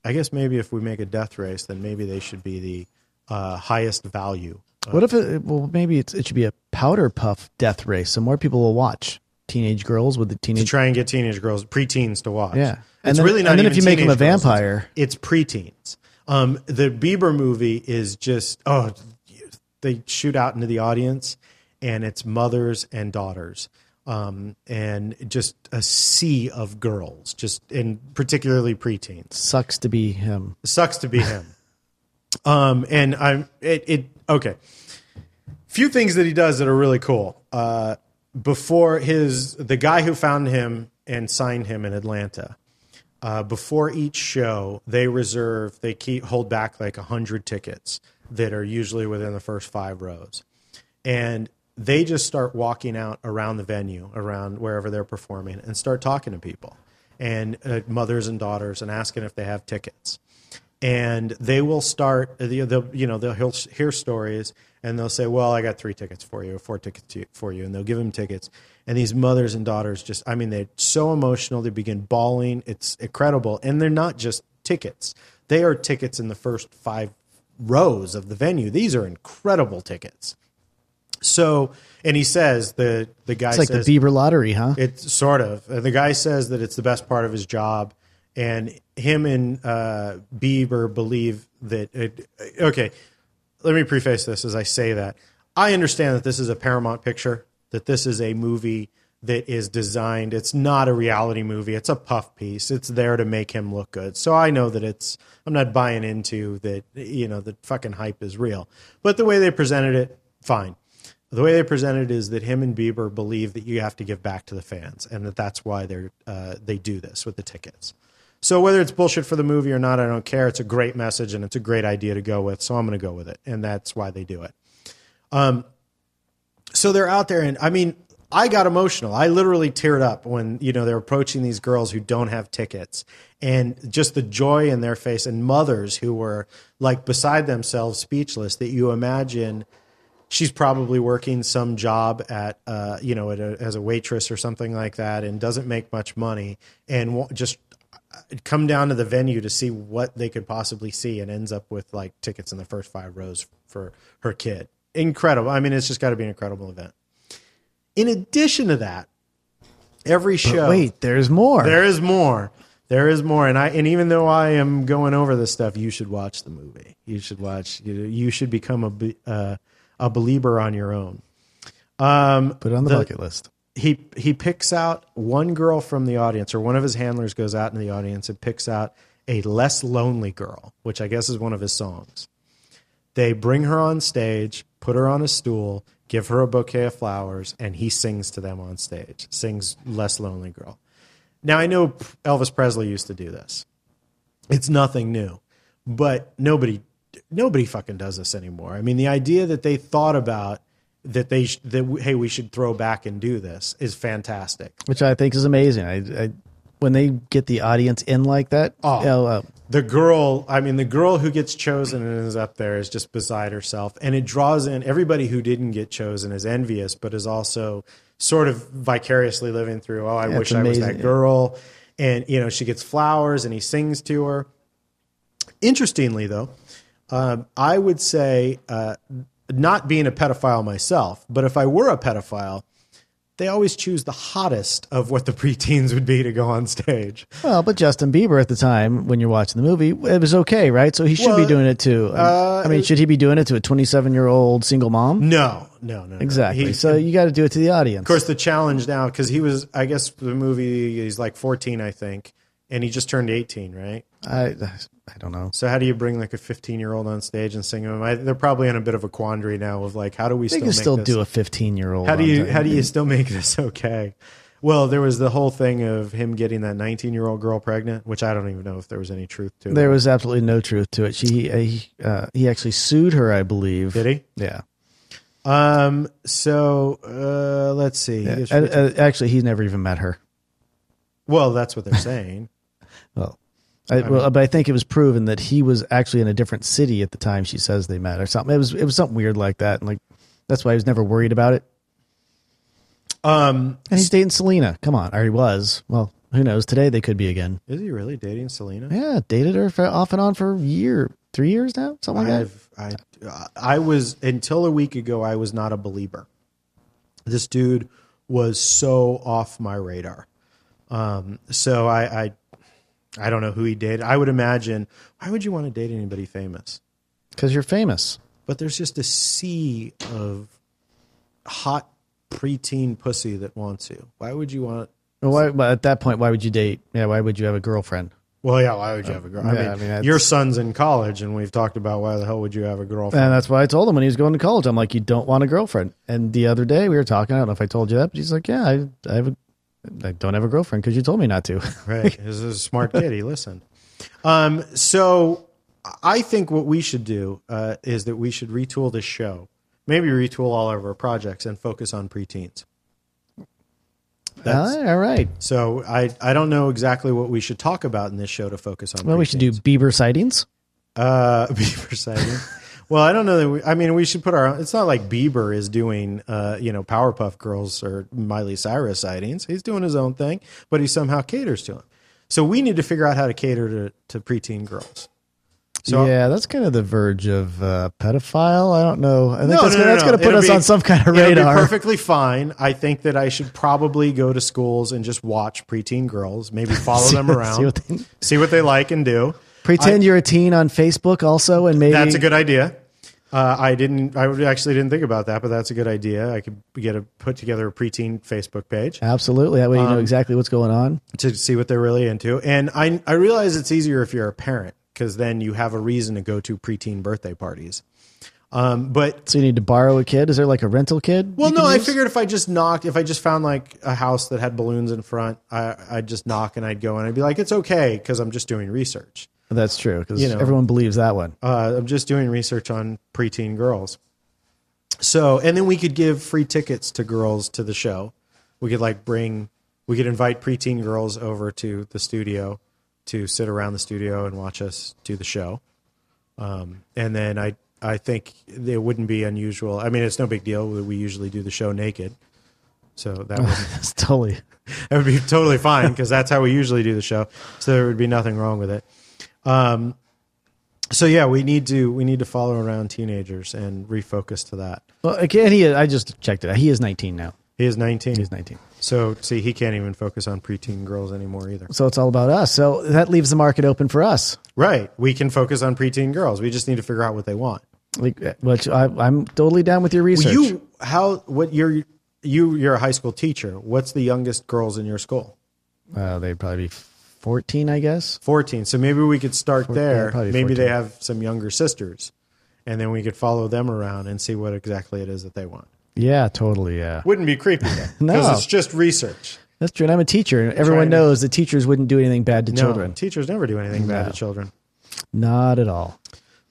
A: I guess maybe if we make a death race, then maybe they should be the uh, highest value.
C: What if it? Well, maybe it's, it should be a powder puff death race, so more people will watch teenage girls with the
A: To
C: teenage
A: try and get teenage girls, preteens to watch. it's
C: Yeah. And then-
A: really not.
C: and then if
A: even
C: you make 'em a
A: teenage girls, it's-
C: vampire.
A: it's, preteens. Um, the Bieber movie is just oh, they shoot out into the audience, and it's mothers and daughters, um, and just a sea of girls, just and particularly preteens
C: sucks to be him.
A: sucks to be him. um, and I'm it, it okay. Few things that he does that are really cool. Uh, before his the guy who found him and signed him in Atlanta. Uh, before each show, they reserve they keep hold back like hundred tickets that are usually within the first five rows, and they just start walking out around the venue, around wherever they're performing, and start talking to people and uh, mothers and daughters and asking if they have tickets and they will start the, the you know they'll he'll hear stories and they'll say well i got three tickets for you or four tickets to, for you and they'll give him tickets and these mothers and daughters just i mean they're so emotional they begin bawling it's incredible and they're not just tickets they are tickets in the first five rows of the venue these are incredible tickets so and he says the the guy
C: It's like
A: says
C: the Bieber lottery, huh?
A: it's sort of. Uh, The guy says that it's the best part of his job, and him and uh, Bieber believe that. It, okay, let me preface this as I say that I understand that this is a Paramount picture, that this is a movie that is designed. It's not a reality movie. It's a puff piece. It's there to make him look good. So I know that it's. I'm not buying into that. You know, the fucking hype is real. But the way they presented it, fine the way they presented it is that him and Bieber believe that you have to give back to the fans, and that that's why they're uh, they do this with the tickets. So whether it's bullshit for the movie or not, I don't care. It's a great message and it's a great idea to go with. So I'm going to go with it, and that's why they do it. Um, so they're out there, and I mean, I got emotional. I literally teared up when you know they're approaching these girls who don't have tickets, and just the joy in their face, and mothers who were like beside themselves, speechless. That you imagine she's probably working some job at uh, you know at a, as a waitress or something like that and doesn't make much money and wa- just uh, come down to the venue to see what they could possibly see and ends up with like tickets in the first five rows for her kid incredible i mean it's just got to be an incredible event in addition to that every show
C: Wait, there's more.
A: there is more. There is more, and I and even though I am going over this stuff, you should watch the movie. You should watch. You, you should become a be- uh, a believer on your own.
C: Put it on the, bucket list.
A: He he picks out one girl from the audience, or one of his handlers goes out in the audience and picks out a less lonely girl, which I guess is one of his songs. They bring her on stage, put her on a stool, give her a bouquet of flowers, and he sings to them on stage. Sings "Less Lonely Girl." Now, I know Elvis Presley used to do this. It's nothing new, but nobody nobody fucking does this anymore. I mean, the idea that they thought about that they sh- that hey, we should throw back and do this is fantastic.
C: which I think is amazing. I, I when they get the audience in like that, oh, uh,
A: the girl i mean the girl who gets chosen and is up there is just beside herself and it draws in everybody who didn't get chosen is envious but is also sort of vicariously living through oh i wish i was
C: amazing,
A: that
C: yeah.
A: girl and you know she gets flowers and he sings to her interestingly though um, i would say uh, not being a pedophile myself but if i were a pedophile they always choose the hottest of what the preteens would be to go on stage
C: well, but Justin Bieber at the time when you're watching the movie, it was okay, right? So he should be
A: Well, uh,
C: doing it to. I mean, should he be doing it to a 27 year old single mom?
A: no no no no.
C: Exactly.
A: He-
C: so you got to do it to the audience.
A: Of course, the challenge now because he was, I guess, the movie he's like 14, I think, and he just turned 18, right?
C: I I don't know.
A: So how do you bring like a 15 year old on stage and sing him? I, they're probably in a bit of a quandary now of like, how do we
C: They
A: still
C: can
A: make
C: still
A: this?
C: do a 15 year old.
A: How do you how do you still make this okay? Well, there was the whole thing of him getting that 19 year old girl pregnant, which I don't even know if there was any truth to.
C: There
A: it.
C: was absolutely no truth to it. She uh, he, uh, he actually sued her, I believe.
A: did he?
C: Yeah.
A: Um. So uh, let's see. He is-
C: Uh, uh, actually, he never even met her.
A: well, that's what they're saying.
C: Well, I, well, but I think it was proven that he was actually in a different city at the time she says they met or something. It was it was something weird like that, and like that's why he was never worried about it. Um, and he's dating Selena. Come on, or he was. Well, who knows? Today they could be again.
A: Is he really dating Selena?
C: Yeah, dated her for, off and on for a year, three years now, something like that.
A: I've, I, I was until a week ago. I was not a believer. This dude was so off my radar. Um, so I, I, I don't know who he dated. I would imagine. Why would you want to date anybody famous?
C: Because you're famous.
A: But there's just a sea of hot preteen pussy that wants you. Why would you want?
C: Well, Why, but at that point, why would you date? Yeah, why would you have a girlfriend?
A: Well, yeah. Why would you have a girl? I
C: yeah,
A: mean,
C: I mean, that's-
A: your son's in college, and we've talked about why the hell would you have a girlfriend?
C: And that's why I told him when he was going to college, I'm like, you don't want a girlfriend. And the other day we were talking, I don't know if I told you that, but he's like, yeah, I, I, have a, I don't have a girlfriend because you told me not to.
A: Right. This is a smart kid. He listened. Um, so I think what we should do uh, is that we should retool this show, maybe retool all of our projects and focus on preteens. That's-
C: all right. all right.
A: So I, I don't know exactly what we should talk about in this show to focus on.
C: Well, we should do Bieber sightings.
A: uh, Bieber sighting. well, I don't know that we, I mean, we should put our, own- it's not like Bieber is doing, uh, you know, Powerpuff Girls or Miley Cyrus sightings. He's doing his own thing, but he somehow caters to him. So we need to figure out how to cater to, to preteen girls. So-
C: yeah, that's kind of the verge of uh, pedophile. I don't know. I think that's, gonna, that's
A: no.
C: going to put
A: It'll
C: us
A: be-
C: on some kind of
A: it'll be
C: radar.
A: perfectly fine. I think that I should probably go to schools and just watch preteen girls, maybe follow
C: See-
A: them around,
C: see what they-
A: see what they like and do.
C: Pretend you're a teen on Facebook also, and maybe
A: That's a good idea. Uh, I didn't. I would- actually didn't think about that, but that's a good idea. I could get a put together a preteen Facebook page
C: Absolutely. That way
A: Um,
C: you know exactly what's going on.
A: to see what they're really into. And I I realize it's easier if you're a parent because then you have a reason to go to preteen birthday parties. Um, but
C: so you need to borrow a kid. Is there like a rental kid?
A: Well,
C: you
A: no.
C: can
A: I
C: use?
A: figured if I just knocked, if I just found like a house that had balloons in front, I, I'd just knock and I'd go and I'd be like, it's okay because I'm just doing research.
C: that's true because
A: you know.
C: everyone believes that one.
A: Uh, I'm just doing research on preteen girls. So, and then we could give free tickets to girls to the show. We could like bring, we could invite preteen girls over to the studio to sit around the studio and watch us do the show. Um, and then I, I think it wouldn't be unusual. I mean, it's no big deal. We we usually do the show naked. So that would,
C: That's totally.
A: that would be totally fine because that's how we usually do the show. So there would be nothing wrong with it. Um, so yeah, we need to we need to follow around teenagers and refocus to that.
C: Well, again, he. I just checked it. He is 19 now.
A: He is 19.
C: He's 19.
A: So see, he can't even focus on preteen girls anymore either.
C: So it's all about us. So that leaves the market open for us.
A: Right. We can focus on preteen girls. We just need to figure out what they want.
C: Like, uh, which I, I'm totally down with your research.
A: You how what you're you you're a high school teacher. What's the youngest girls in your school?
C: uh, they'd probably be 14, I guess.
A: 14. So maybe we could start there.
C: probably
A: Maybe
C: 14.
A: they have some younger sisters and then we could follow them around and see what exactly it is that they want.
C: Yeah, totally. Yeah,
A: Wouldn't be creepy though.
C: No.
A: Because it's just research.
C: that's true. And I'm a teacher, and everyone
A: trying to-
C: knows that teachers wouldn't do anything bad to
A: No,
C: children.
A: teachers never do anything bad to children.
C: Not at all.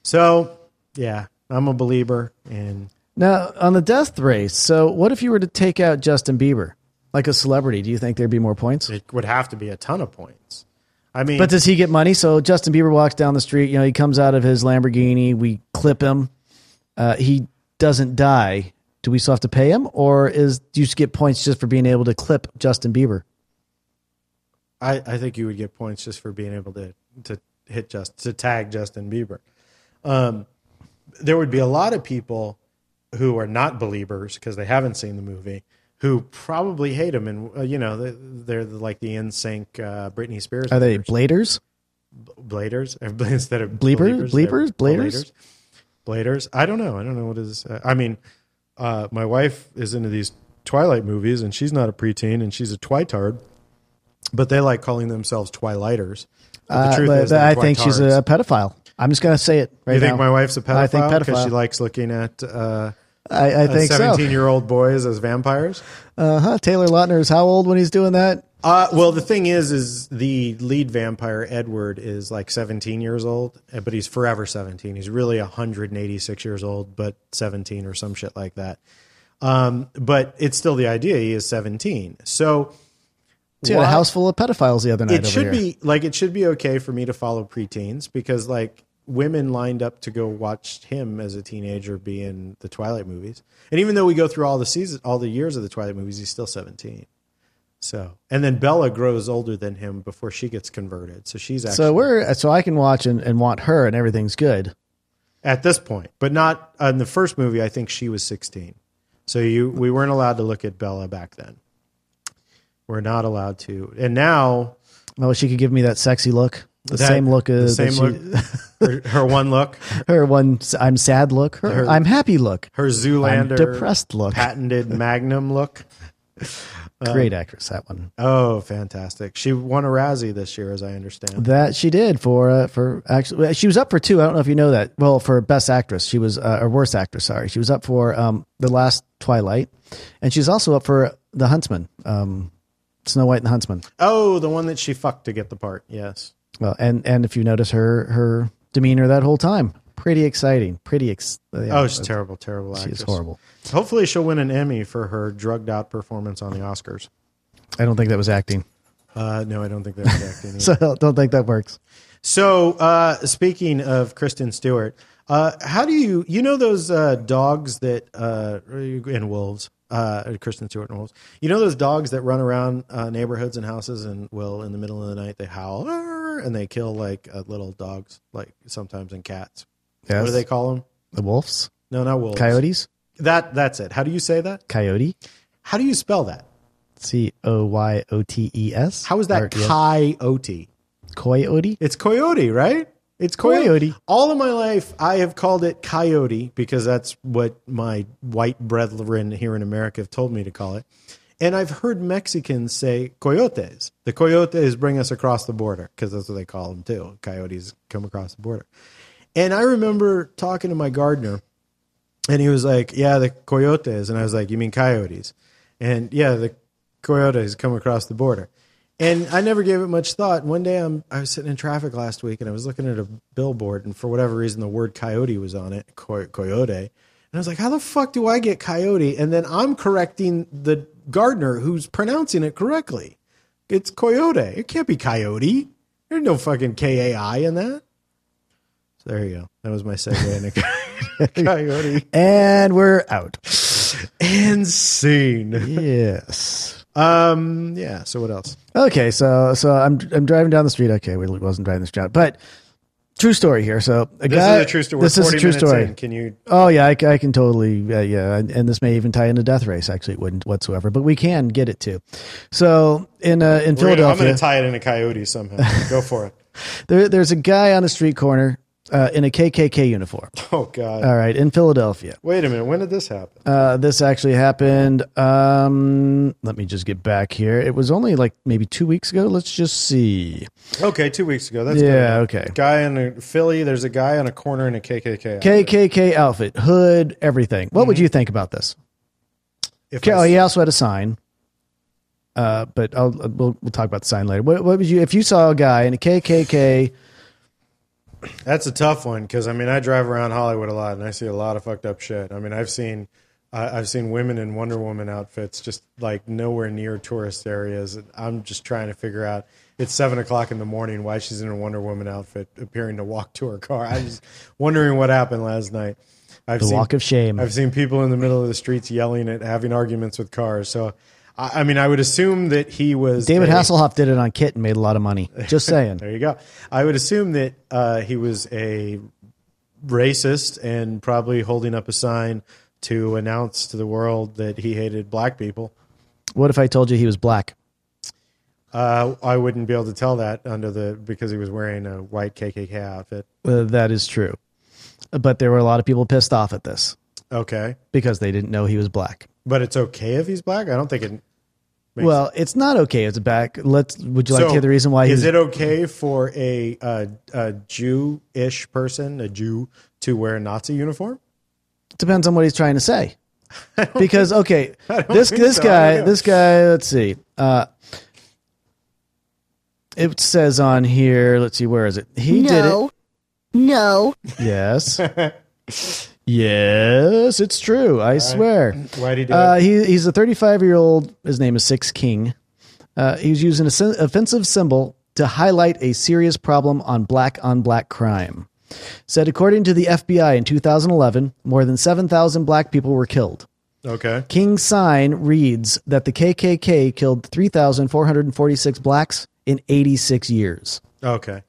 A: So yeah, I'm a believer in
C: Now, on the death race, so what if you were to take out Justin Bieber, like a celebrity? Do you think there'd be more points?
A: it would have to be a ton of points. I mean,
C: But does he get money? So Justin Bieber walks down the street. You know, he comes out of his Lamborghini. We clip him. Uh, he doesn't die. Do we still have to pay him, or is do you just get points just for being able to clip Justin Bieber?
A: I, I think you would get points just for being able to to hit just to tag Justin Bieber. Um, there would be a lot of people who are not believers because they haven't seen the movie who probably hate him and uh, you know they- they're the, like the in sync uh, Britney Spears
C: Are they bladers?
A: bladers instead of
C: Bleepers?
A: believers, they're
C: Bleepers? Bladers?
A: bladers I don't know I don't know what is uh, I mean uh, my wife is into these Twilight movies and she's not a preteen and she's a twitard but they like calling themselves twilighters But
C: Uh, but
A: they're
C: I think she's
A: twitards.
C: a pedophile. I'm just gonna say it right
A: You
C: now.
A: think my wife's a pedophile?
C: I think
A: because
C: pedophile.
A: she likes looking at uh,
C: I, I think so.
A: seventeen-year-old boys as vampires.
C: Uh huh. Taylor Lautner is how old when he's doing that?
A: Uh, well, the thing is, is the lead vampire Edward is like seventeen years old, uh, but he's forever seventeen. He's really hundred and eighty-six years old, but seventeen or some shit like that. Um, but it's still the idea. He is seventeen, so
C: She had a
A: why-
C: house full of pedophiles the other night.
A: it
C: over
A: should
C: here.
A: be like it should be okay for me to follow preteens because like women lined up to go watch him as a teenager be in the Twilight movies, and even though we go through all the season, all the years of the Twilight movies, he's still seventeen. So, and then Bella grows older than him before she gets converted, so she's actually
C: So we're so I can watch and, and want her and everything's good.
A: at this point, but not uh, in the first movie. I think she was sixteen, so you we weren't allowed to look at Bella back then. We're not allowed to, and now
C: Oh, she could give me that sexy look, the
A: that-
C: same look uh,
A: the
C: as
A: same look, her, her one look.
C: her one. s- I'm sad look, her, I'm happy look,
A: her Zoolander
C: depressed look.
A: patented Magnum look.
C: Great actress that one.
A: Oh, fantastic! She won a Razzie this year, as I understand.
C: That she did for uh, for actually well, she was up for two. I don't know if you know that. Well, for best actress, she was uh, or worst actress. Sorry, she was up for um the last Twilight, and she's also up for the Huntsman, um Snow White and the Huntsman.
A: Oh, the one that she fucked to get the part. Yes,
C: Well, and and if you notice her her demeanor that whole time, pretty exciting, pretty ex.
A: oh, she's terrible, terrible actress.
C: it's horrible.
A: Hopefully, she'll win an Emmy for her drugged out performance on the Oscars.
C: I don't think that was acting.
A: Uh, no, I don't think they're acting.
C: So I don't think that works.
A: So, uh, speaking of Kristen Stewart, uh, how do you you know those uh, dogs that uh, and wolves? Uh, Kristen Stewart and wolves. You know those dogs that run around uh, neighborhoods and houses and will in the middle of the night they howl "Arr!" and they kill like uh, little dogs, like sometimes and cats.
C: Yes.
A: What do they call them?
C: The wolves,
A: No, not wolves.
C: coyotes,
A: That that's it. How do you say that?
C: coyote,
A: How do you spell that?
C: C O Y O T E S.
A: How is that
C: Or, yeah,
A: coyote?
C: coyote?
A: It's coyote, right? It's coyote.
C: Coyote.
A: All of my life, I have called it coyote because that's what my white brethren here in America have told me to call it. And I've heard Mexicans say coyotes. The coyotes bring us across the border because that's what they call them too. Coyotes come across the border. And I remember talking to my gardener And he was like, "Yeah, the coyotes," and I was like, "You mean coyotes?" And yeah, the coyotes come across the border. And I never gave it much thought. One day I'm I was sitting in traffic last week and I was looking at a billboard and for whatever reason the word coyote was on it, coy- coyote. And I was like, how the fuck do I get coyote? And then I'm correcting the gardener who's pronouncing it correctly. It's coyote. It can't be coyote. There's no fucking K A I in that. So there you go. That was my segue into coyote.
C: And we're out.
A: And scene.
C: yes.
A: Um, yeah. So what else?
C: Okay, so so I'm I'm driving down the street. Okay, we wasn't driving the street, out, but true story here. So a
A: This
C: guy,
A: is a true story. We're
C: This is a
A: 40
C: true
A: minutes
C: story.
A: in. Can you?
C: Oh yeah, I, I can totally uh, yeah, and, and this may even tie into Death Race. Actually, it wouldn't whatsoever, but we can get it too. So in uh, in
A: We're gonna- I'm
C: Philadelphia,
A: going to tie it in a coyote somehow. Go for it.
C: there, there's a guy on a street corner uh, in a KKK uniform.
A: Oh God!
C: All right, in Philadelphia.
A: Wait a minute. When did this happen?
C: Uh, this actually happened. Um, let me just get back here. It was only like maybe two weeks ago. Let's just see.
A: Okay, two weeks ago. That's
C: Yeah,
A: good.
C: okay.
A: Guy in a, Philly. There's a guy on a corner in a KKK. outfit.
C: KKK outfit, hood, everything. What would you think about this?
A: If
C: Okay,
A: I
C: oh,
A: s-
C: he also had a sign. Uh, but I'll, we'll, we'll talk about the sign later. What, what would you, if you saw a guy in a KKK,
A: That's a tough one because I mean I drive around Hollywood a lot and I see a lot of fucked up shit. I mean I've seen I I've seen women in Wonder Woman outfits just like nowhere near tourist areas. I'm just trying to figure out. It's seven o'clock in the morning. Why she's in a Wonder Woman outfit, appearing to walk to her car. I'm just wondering what happened last night. I've
C: the
A: seen
C: walk of shame,
A: I've seen people in the middle of the streets yelling at having arguments with cars. So, I, I mean, I would assume that he was
C: David
A: a-
C: Hasselhoff did it on Kit and made a lot of money. Just saying.
A: There you go. I would assume that uh, he was a racist and probably holding up a sign to announce to the world that he hated black people.
C: what if I told you he was black?
A: Uh, I wouldn't be able to tell that under the because he was wearing a white KKK outfit.
C: Uh, that is true. But there were a lot of people pissed off at this
A: Okay,
C: because they didn't know he was black.
A: but it's okay if he's black. I don't think it. Makes
C: Well, it's not okay. It's back. Let's. Would you like to
A: So,
C: hear the reason why? he
A: is
C: was-
A: it okay for a uh, a Jew-ish person, a Jew, to wear a Nazi uniform?
C: depends on what he's trying to say. Because okay, this
A: think
C: this
A: so. I don't
C: guy,
A: know.
C: this guy. Let's see. Uh, it says on here. Let's see. Where is it? He
B: no. No.
C: did it. Yes. yes, it's true. I swear.
A: Why did he do
C: Uh,
A: it?
C: he, he's a 35 year old. His name is Six King. Uh, he was using an offen- offensive symbol to highlight a serious problem on black on black crime. Said according to the FBI in 2011, more than 7,000 black people were killed.
A: Okay.
C: King's sign reads that the KKK killed 3,446 blacks in 86 years.
A: Okay.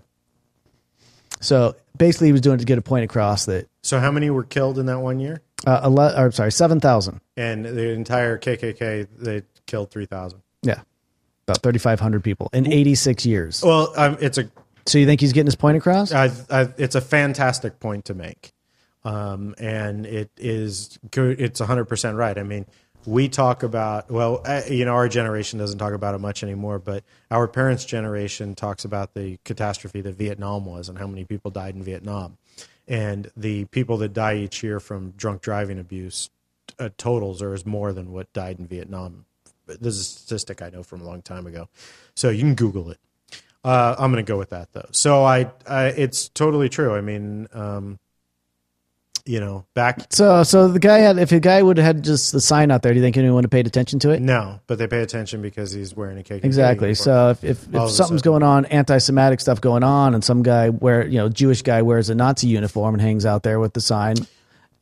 C: So basically, he was doing it to get a point across that
A: So how many were killed in that one year?
C: uh, ele- or, sorry, 7,000.
A: And the entire KKK they killed three thousand.
C: Yeah, about 3,500 people in 86 years.
A: Well, um, it's a
C: So you think he's getting his point across?
A: I, I, it's a fantastic point to make, um, and it is co- it's hundred percent right. I mean, we talk about well, uh, you know, our generation doesn't talk about it much anymore, but our parents' generation talks about the catastrophe that Vietnam was and how many people died in Vietnam, and the people that die each year from drunk driving abuse uh, totals are is more than what died in Vietnam. This is a statistic I know from a long time ago, so you can Google it. Uh, I'm going to go with that though. So I, I it's totally true. I mean, um, you know, back
C: So, so the guy had, if the guy would have had just the sign out there, do you think anyone would have paid attention to it?
A: now, but they pay attention because he's wearing a KKK.
C: Exactly.
A: uniform.
C: So, if, if,
A: All of a
C: if something's
A: sudden.
C: going on, anti-Semitic stuff going on, and some guy wear, you know, Jewish guy wears a Nazi uniform and hangs out there with the sign,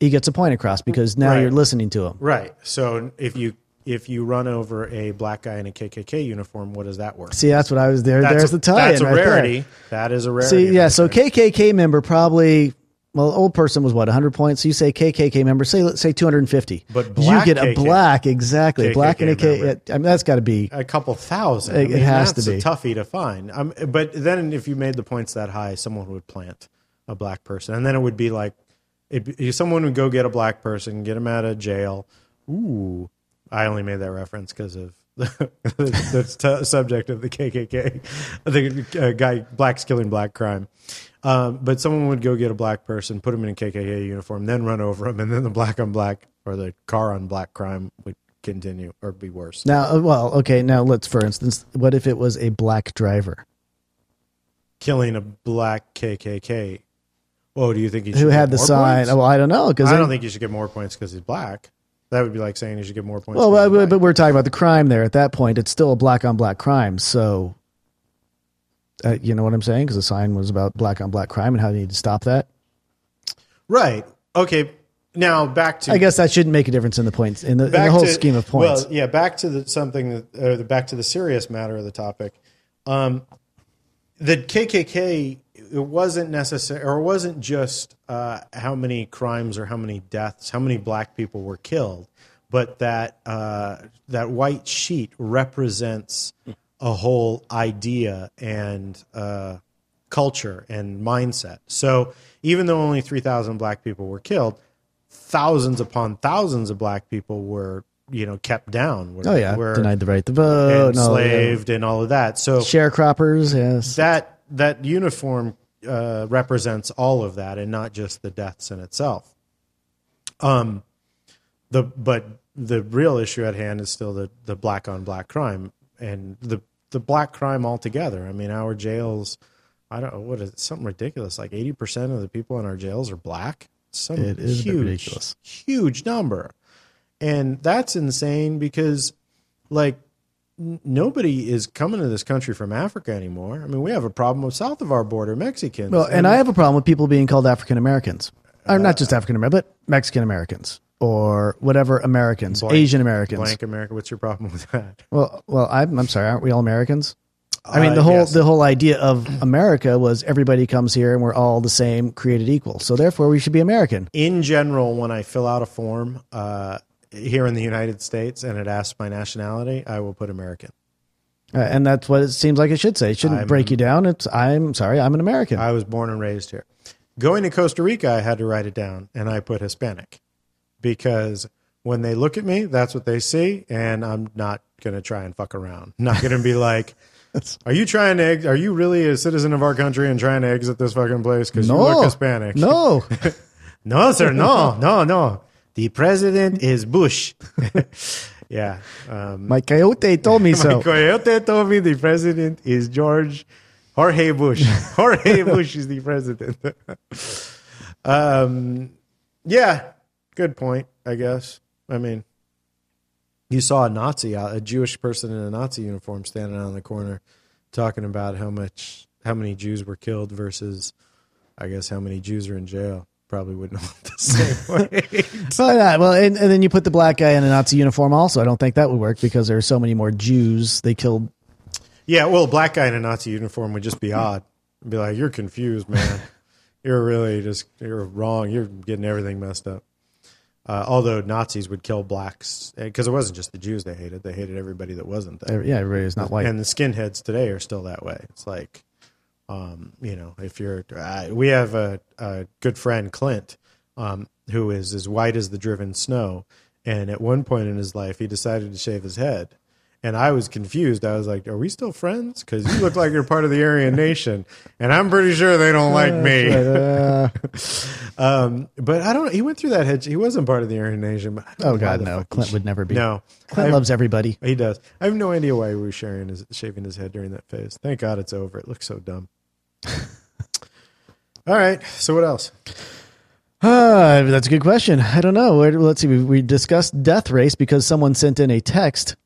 C: he gets a point across because now
A: Right.
C: you're listening to him.
A: right. So if you if you run over a black guy in a KKK uniform, what does that work?
C: See, that's what I was there. there's
A: a,
C: the tie.
A: That's a
C: right there.
A: rarity. That is a rarity.
C: See, yeah.
A: right
C: So
A: there.
C: KKK member probably. Well, old person was what 100 points. So you say KKK member, say let's say 250.
A: But black
C: you get a
A: KKK
C: black, exactly black and a K.
A: member.
C: I mean, that's got to be
A: a couple thousand. I
C: It- it
A: mean,
C: has
A: that's
C: to be.
A: a toughie to find. Um, but then if you made the points that high, someone would plant a black person, and then it would be like, it, someone would go get a black person, get him out of jail. Ooh, I only made that reference because of. the, the t- subject of the KKK, the uh, guy blacks killing black crime. Um, but someone would go get a black person, put them in a KKK uniform, then run over them, and then the black on black or the car on black crime would continue or be worse.
C: Now, uh, well, okay. Now let's, for instance, what if it was a black driver
A: Killing a black KKK. Oh, do you think he should
C: who
A: get
C: had the
A: more
C: sign?
A: points?
C: Well, I don't know because
A: I don't think you should get more points because he's black. That would be like saying you should get more points.
C: Well,
A: 'cause
C: but,
A: he's
C: but
A: white.
C: we're talking about the crime there. At that point, it's still a black on black crime. So, uh, you know what I'm saying? Because the sign was about black on black crime and how you need to stop that.
A: right. Okay. Now back to
C: I guess that shouldn't make a difference in the points in the, in the
A: Back
C: whole
A: to-
C: scheme of points.
A: Well, yeah, back to the something that, uh, the, back to the serious matter of the topic. Um, the KKK it wasn't necessary, or it wasn't just uh, how many crimes or how many deaths, how many black people were killed, but that uh, that white sheet represents a whole idea and uh, culture and mindset. So even though only three thousand black people were killed, thousands upon thousands of black people were you know kept down were,
C: oh yeah,
A: were
C: denied Oh, the right to vote. and all that.
A: enslaved and all of that so
C: sharecroppers. Yes,
A: that that uniform uh, represents all of that and not just the deaths in itself um the but the real issue at hand is still the the black on black crime and the the black crime altogether i mean our jails i don't what is it, something ridiculous like 80% of the people in our jails are black some
C: It is a bit
A: huge
C: ridiculous.
A: huge number and that's insane because like n- nobody is coming to this country from africa anymore i mean we have a problem up south of our border mexicans
C: Well, and I have a problem with people being called African Americans. Or not
A: Uh,
C: just African American, but Mexican Americans or whatever Americans,
A: Blank-
C: Asian Americans.
A: blank america what's your problem with that
C: Well, well, I'm, I'm sorry. Aren't we all Americans? I mean, the
A: Uh,
C: whole
A: yes.
C: the whole idea of America was everybody comes here and we're all the same, created equal. So therefore, we should be American.
A: in general, when I fill out a form uh, here in the United States and it asks my nationality, I will put American.
C: Uh, and that's what it seems like it should say. It shouldn't break you down. It's I'm sorry, I'm an American.
A: I was born and raised here. Going to Costa Rica, I had to write it down and I put Hispanic because when they look at me, that's what they see. And I'm not going to try and fuck around. Not going to be like, are you trying to, ex- are you really a citizen of our country and trying to exit this fucking place because you look Hispanic?
C: No,
A: No, sir. No, no, no. The president is Bush. yeah. um,
C: my coyote told me so.
A: Coyote told me eh, the president is George Jorge Bush. Jorge Bush is the president. um, yeah, good point. I guess. I mean, you saw a Nazi, a Jewish person in a Nazi uniform, standing on the corner, talking about how much, how many Jews were killed versus, I guess, how many Jews are in jail. Probably wouldn't want the same way.
C: Why not? Well, and, and then you put the black guy in a Nazi uniform. Also, I don't think that would work because there are so many more Jews. They killed.
A: Yeah, well, a black guy in a Nazi uniform would just be odd. Be like, you're confused, man. you're really just you're wrong. You're getting everything messed up. Uh, although Nazis would kill blacks because it wasn't just the Jews they hated; they hated everybody that wasn't there.
C: Yeah, everybody is not white.
A: And the skinheads today are still that way. It's like, um, you know, if you're, I, we have a, a good friend Clint, um, who is as white as the driven snow, and at one point in his life, he decided to shave his head. And I was confused. I was like, "Are we still friends? Because you look like you're part of the Aryan Nation, and I'm pretty sure they don't like me."
C: Uh,
A: Um, but I don't. He went through that hedge. He wasn't part of the Aryan Nation. But I don't know
C: oh
A: why
C: God,
A: the
C: no!
A: fuck he
C: Clint would never be.
A: No,
C: Clint
A: I-
C: loves everybody.
A: he does. I have no idea why he was sharing his, shaving his head during that phase. Thank God it's over. It looks so dumb. All right. So what else?
C: Uh, that's a good question. I don't know. Where- Let's see. We, we discussed death race because someone sent in a text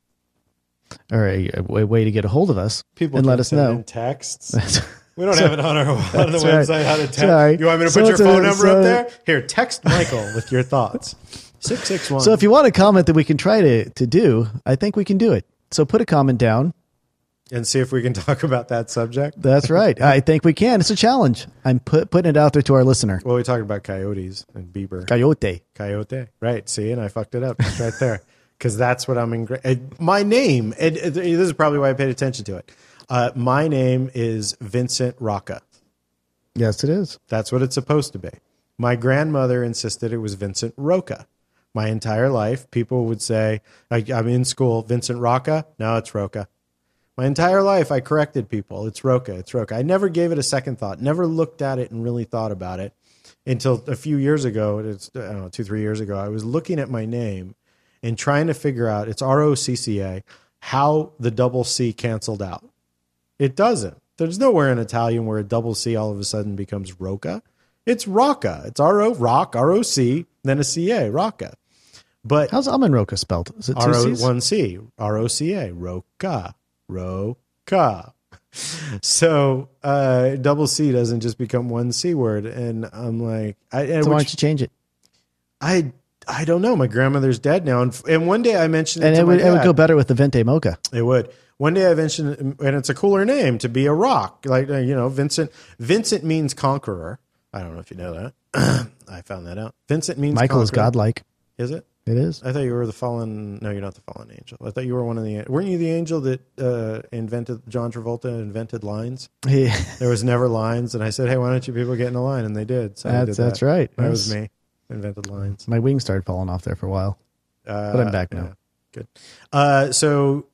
C: or a, a way- way to get a hold of us
A: People
C: and let
A: can
C: us
A: send
C: know.
A: in texts. We don't have it on our on the
C: That's right.
A: website how to text.
C: Sorry.
A: You want me to
C: So
A: put your
C: it's a-
A: phone number
C: so-
A: up there? Here, text Michael with your thoughts. Six six one.
C: So if you want a comment that we can try to, to do, I think we can do it. So put a comment down.
A: and see if we can talk about that subject.
C: That's right. I think we can. It's a challenge. I'm put, putting it out there to our listener.
A: Well, we talked about coyotes and Bieber.
C: Coyote.
A: Coyote. Right. See, and I fucked it up It's right there because that's what I'm in. My name, and uh, this is probably why I paid attention to it. Uh, my name is Vincent Rocca.
C: Yes, it is.
A: That's what it's supposed to be. My grandmother insisted it was Vincent Roca. My entire life, people would say, I, I'm in school, Vincent Rocca. No, it's Roca. My entire life, I corrected people. It's Roca. It's Roca. I never gave it a second thought. Never looked at it and really thought about it until a few years ago. It's I don't know, two three years ago. I was looking at my name and trying to figure out it's R O C C A how the double C canceled out. It doesn't. There's nowhere in Italian where a double C all of a sudden becomes Roca. It's Rocca. It's R O rock R O C then a C A Rocca. But
C: how's almond roca spelled? Is it two
A: R O
C: C's?
A: one C R O C A Roca Roca. So uh, double C doesn't just become one C word, and I'm like, I, and
C: So why
A: which-
C: don't you change it?
A: I I don't know. My grandmother's dead now, and, and one day I mentioned it
C: And
A: to
C: it
A: my
C: would, it would
A: dad.
C: go better with the Vente Mocha.
A: It would. One day I mentioned, and it's a cooler name to be a rock. Like, uh, you know, Vincent, Vincent means conqueror. I don't know if you know that. I found that out. Vincent means
C: Michael is
A: conqueror.
C: godlike.
A: Is it?
C: It is.
A: I thought you were the fallen. No, you're not the fallen angel. I thought you were one of the. Weren't you the angel that uh, invented John Travolta invented lines?
C: He,
A: There was never lines, and I said, "Hey, why don't you people get in a line?" And they did. So I
C: that's
A: did that.
C: that's right.
A: That was
C: Yes.
A: me. Invented lines.
C: My wing started falling off there for a while,
A: Uh,
C: but I'm back now.
A: Good. Uh, so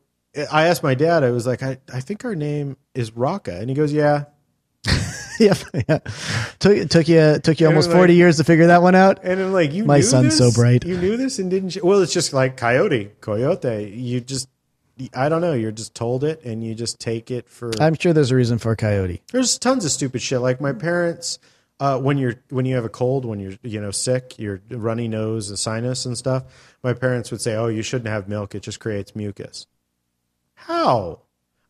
A: I asked my dad, I was like, I, I think our name is Rocca. And he goes, Yeah.
C: yep. Yeah. Took took you took you
A: It was
C: almost forty
A: like-
C: years to figure that one out.
A: And I'm like, You
C: My
A: knew
C: son's so
A: this?
C: bright.
A: You knew this and didn't you? Well, it's just like coyote, coyote. You just, I don't know. You're just told it and you just take it for.
C: I'm sure there's a reason for coyote.
A: there's tons of stupid shit. Like my parents, uh, when you're when you have a cold, when you're you know sick, your runny nose, and sinus and stuff. My parents would say, "Oh, you shouldn't have milk; it just creates mucus." How?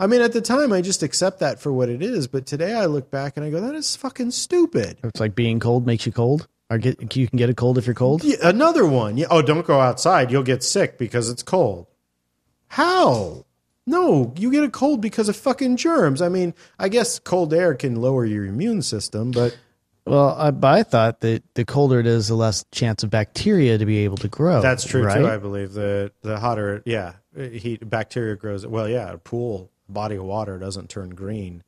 A: I mean, at the time, I just accept that for what it is. But today, I look back and I go, "That is fucking stupid."
C: It's like being cold makes you cold, or get you can get a cold if you're cold.
A: Yeah, another one. Yeah, oh, don't go outside; you'll get sick because it's cold. How? No, you get a cold because of fucking germs. I mean, I guess cold air can lower your immune system, but
C: Well, I, but I thought that the colder it is, the less chance of bacteria to be able to grow.
A: That's true
C: right?
A: too. I believe the the hotter, yeah, heat bacteria grows. Well, yeah, a pool body of water doesn't turn green.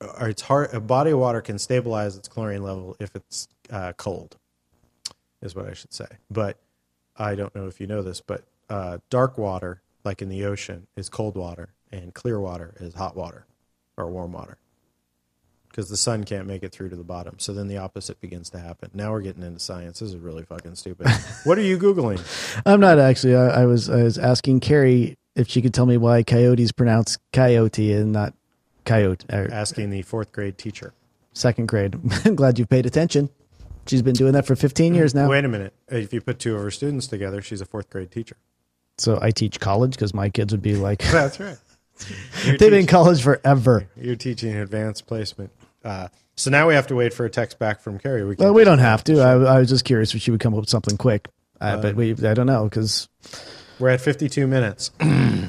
A: Or it's hard. A body of water can stabilize its chlorine level if it's uh, cold, is what I should say. But I don't know if you know this, but uh, dark water, like in the ocean, is cold water, and clear water is hot water or warm water. Because the sun can't make it through to the bottom, so then the opposite begins to happen. Now we're getting into science. This is really fucking stupid. what are you googling?
C: I'm not actually. I, I was I was asking Carrie if she could tell me why coyotes pronounce coyote and not coyote. Or
A: Asking the fourth grade teacher.
C: second grade. I'm glad you paid attention. She's been doing that for 15 years now.
A: Wait a minute. If you put two of her students together, she's a fourth grade teacher.
C: So I teach college because my kids would be like,
A: That's right. You're,
C: they've been in
A: teach-
C: college forever.
A: you're teaching advanced placement. Uh, so now we have to wait for a text back from Carrie. We can,
C: Well, we don't have to. I, I was just curious if she would come up with something quick, uh, but we I don't know because
A: we're at 52 minutes.
C: uh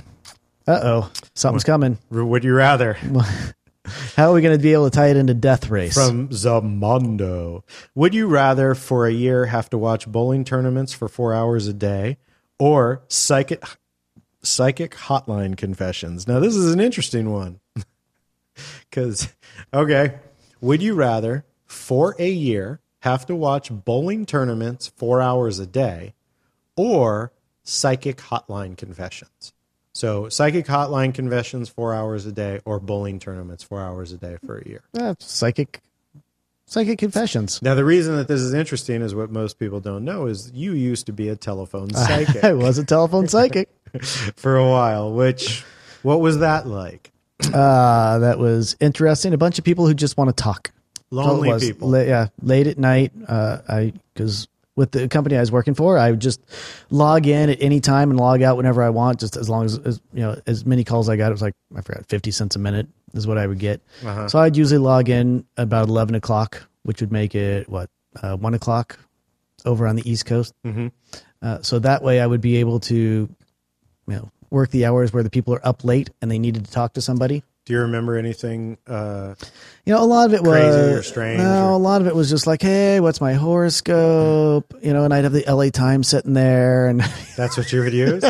C: oh, something's coming.
A: Would you rather?
C: How are we going to be able to tie it into Death Race?
A: From Zamondo. Would you rather for a year have to watch bowling tournaments for four hours a day or psychic psychic hotline confessions? Now this is an interesting one. Cause okay. Would you rather for a year have to watch bowling tournaments four hours a day or psychic hotline confessions? So psychic hotline confessions four hours a day or bowling tournaments four hours a day for a year.
C: Uh, psychic, psychic confessions.
A: Now, the reason that this is interesting is what most people don't know is you used to be a telephone psychic
C: I was a telephone psychic.
A: for a while, which, what was that like?
C: Uh, that was interesting. A bunch of people who just want to talk. That's all it
A: Lonely
C: was.
A: people.
C: La- yeah, late at night. Uh, I because with the company I was working for, I would just log in at any time and log out whenever I want, just as long as, as you know as many calls I got. It was like I forgot fifty cents a minute is what I would get.
A: Uh-huh.
C: So I'd usually log in about eleven o'clock, which would make it what uh, one o'clock over on the East Coast. Mm-hmm. Uh, so that way, I would be able to you know work the hours where the people are up late and they needed to talk to somebody.
A: Do you remember anything? Uh,
C: You know, a lot of it was
A: Crazy or strange
C: No,
A: or-
C: a lot of it was just like, hey, what's my horoscope?
A: Mm-hmm.
C: You know, and I'd have the LA Times sitting there, and
A: that's what you would use?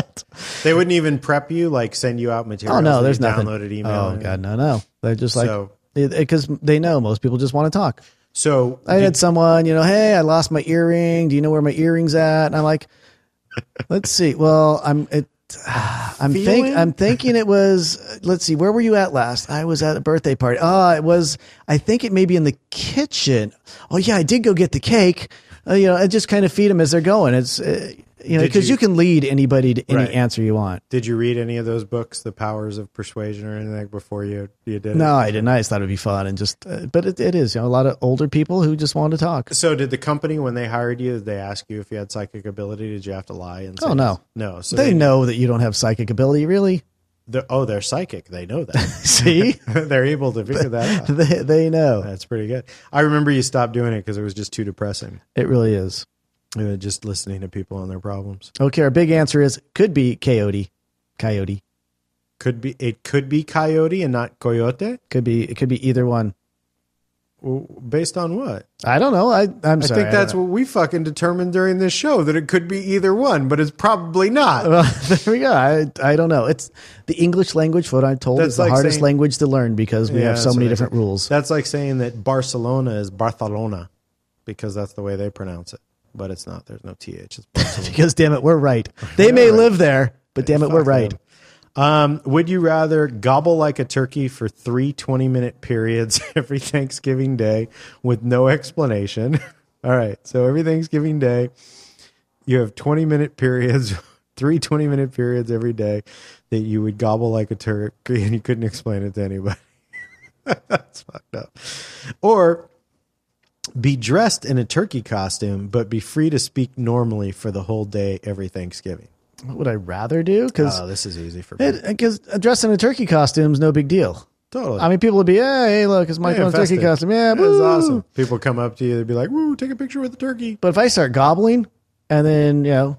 A: they wouldn't even prep you, like send you out material.
C: oh no, there's nothing.
A: Downloaded email.
C: Oh god, no, no. They're just like
A: So-
C: because they know most people just want to talk.
A: So,
C: I had someone, you know, hey, I lost my earring. Do you know where my earring's at? And I'm like, let's see. Well, I'm it, I'm think I'm thinking it was. Let's see, where were you at last? I was at a birthday party. Ah, it was. I think it may be in the kitchen. Oh yeah, I did go get the cake. Uh, you know, I just kind of feed them as they're going. It's uh, you know
A: Did
C: because
A: you-
C: you, can lead anybody to any
A: Right.
C: answer you want.
A: Did you read any of those books, The Powers of Persuasion, or anything before you you did? it?
C: No, I didn't. I just thought it'd be fun and just. Uh, but it, it is you know a lot of older people who just want to talk.
A: So did the company when they hired you? Did they ask you if you had psychic ability? Did you have to lie? And say
C: Oh, no.
A: no. So
C: they know that you don't have psychic ability, really.
A: they're- oh, they're psychic. They know that.
C: See,
A: they're able to figure that out.
C: they they know
A: That's pretty good. I remember you stopped doing it because it was just too depressing.
C: it really is.
A: Uh, Just listening to people and their problems
C: Okay, our big answer is could be coyote, coyote.
A: could be it could be coyote and not coyote.
C: Could be it could be either one.
A: W- Based on what?
C: I don't know. I I'm
A: I
C: sorry.
A: think that's
C: don't
A: what we fucking determined during this show that it could be either one, but it's probably not.
C: know. well, there we go. I I don't know. It's the English language. What I'm told
A: That's
C: is the
A: like
C: hardest
A: saying-
C: language to learn because we
A: Yeah,
C: have so
A: that's
C: many
A: what I
C: different
A: think.
C: rules.
A: That's like saying that Barcelona is Barcelona because that's the way they pronounce it, but it's not. There's no th. It's Barcelona.
C: because damn it, we're right. They may live there, but damn it, we're
A: Fuck
C: right.
A: them. Um, would you rather gobble like a turkey for three 20 minute periods every Thanksgiving day with no explanation? All right. So every Thanksgiving day, you have 20 minute periods, three 20 minute periods every day that you would gobble like a turkey and you couldn't explain it to anybody. That's fucked up. Or be dressed in a turkey costume, but be free to speak normally for the whole day every Thanksgiving.
C: What would I rather do? Because
A: Oh, this is easy for me.
C: because dressed in a turkey costume is no big deal.
A: Totally.
C: I mean, people would be, yeah, hey, look, it's Michael in a turkey
A: festive.
C: costume. Yeah,
A: That is
C: woo."
A: awesome. People come up to you, they'd be like, "Woo, take a picture with the turkey."
C: But if I start gobbling and then, you know,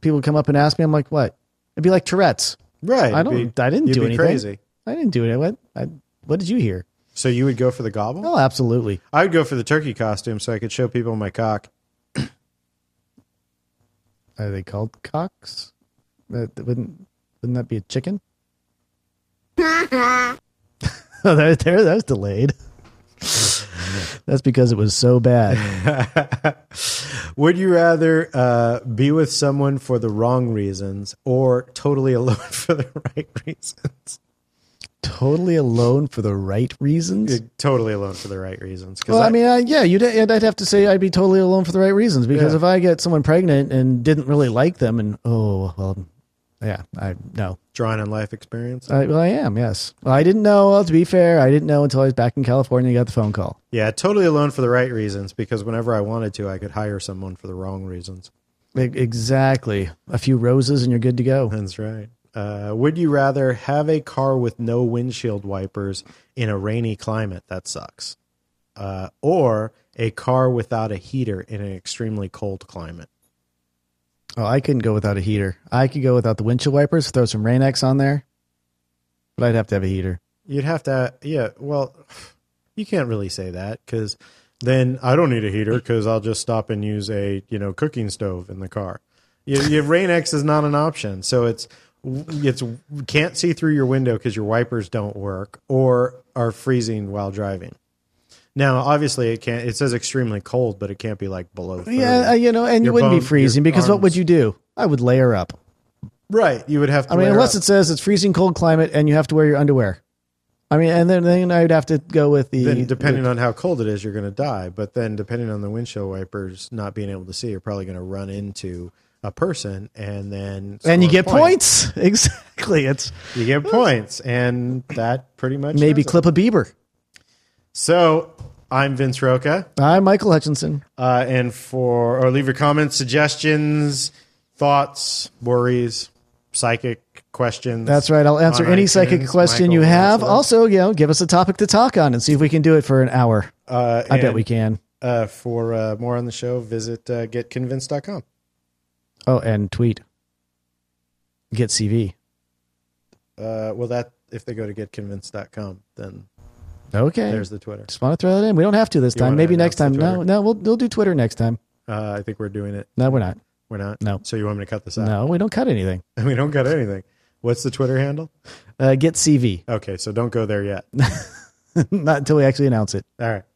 C: people come up and ask me, I'm like, what? It'd be like Tourette's.
A: Right?
C: I don't, I didn't
A: you'd
C: do
A: be
C: anything.
A: Crazy.
C: I didn't do it. What, I, what did you hear?
A: So you would go for the gobble?
C: Oh, absolutely.
A: I would go for the turkey costume, so I could show people my cock.
C: Are they called cocks? That, that wouldn't, wouldn't that be a chicken? oh, there, there, that was delayed. That's because it was so bad.
A: Would you rather uh, be with someone for the wrong reasons or totally alone for the right reasons?
C: totally alone for the right reasons.
A: You're totally alone for the right reasons. 'Cause
C: Well, I, mean, I, yeah, you'd, I'd I'd have to say I'd be totally alone for the right reasons because
A: Yeah.
C: if I get someone pregnant and didn't really like them, and oh well, yeah, I no,
A: drawing on life experience.
C: I, well, I am yes. Well, I didn't know. Well, to be fair, I didn't know until I was back in California and got the phone call.
A: Yeah, totally alone for the right reasons because whenever I wanted to, I could hire someone for the wrong reasons.
C: E- Exactly, a few roses and you're good to go.
A: That's right. Uh, would you rather have a car with no windshield wipers in a rainy climate? That sucks. Uh, or a car without a heater in an extremely cold climate?
C: Oh, I couldn't go without a heater. I could go without the windshield wipers. Throw some rain X on there, but I'd have to have a heater.
A: You'd have to, yeah, well, you can't really say that because then I don't need a heater because I'll just stop and use a, you know, cooking stove in the car. You, you, rain X is not an option. So it's, it's can't see through your window because your wipers don't work or are freezing while driving. Now, obviously, it can't. It says extremely cold, but it can't be like below. 30.
C: Yeah, uh, you know, and
A: Your
C: you wouldn't
A: bone-
C: be
A: your
C: freezing because what
A: arms-
C: would you do? I would layer up.
A: right. You would have to.
C: I mean,
A: layer
C: unless
A: up.
C: it says it's freezing cold climate and you have to wear your underwear. I mean, and then, then I'd have to go with the.
A: then depending on how cold it is, you're going to die. But then depending on the windshield wipers not being able to see, you're probably going to run into a person, and then
C: and you
A: score
C: get points. Exactly. It's
A: You get points, and that pretty much
C: maybe
A: does it.
C: clip a Bieber.
A: So I'm Vince Roca,
C: I'm Michael Hutchinson.
A: uh, and for or leave your comments, suggestions, thoughts, worries, psychic questions.
C: That's right. I'll answer
A: on
C: any
A: iTunes.
C: psychic question
A: Michael
C: you
A: will
C: have.
A: answer them.
C: Also, you know, give us a topic to talk on and see if we can do it for an hour.
A: Uh,
C: I bet
A: and,
C: we can.
A: Uh, for uh, more on the show, visit uh, getconvinced.com.
C: Oh, and tweet. Get CV.
A: Uh, well, that if they go to getconvinced.com, then
C: Okay.
A: there's the Twitter.
C: Just want to throw that in. We don't have to this
A: You
C: time.
A: wanna
C: Maybe next time.
A: announce the
C: No,
A: Twitter?
C: no, we'll, we'll do Twitter next time.
A: Uh, I think we're doing it.
C: No, we're not.
A: We're not.
C: No.
A: So you want me to cut this out?
C: No, we don't cut anything.
A: We don't cut anything. What's the Twitter handle?
C: Uh, get CV.
A: Okay, so don't go there yet.
C: Not until we actually announce it.
A: All right.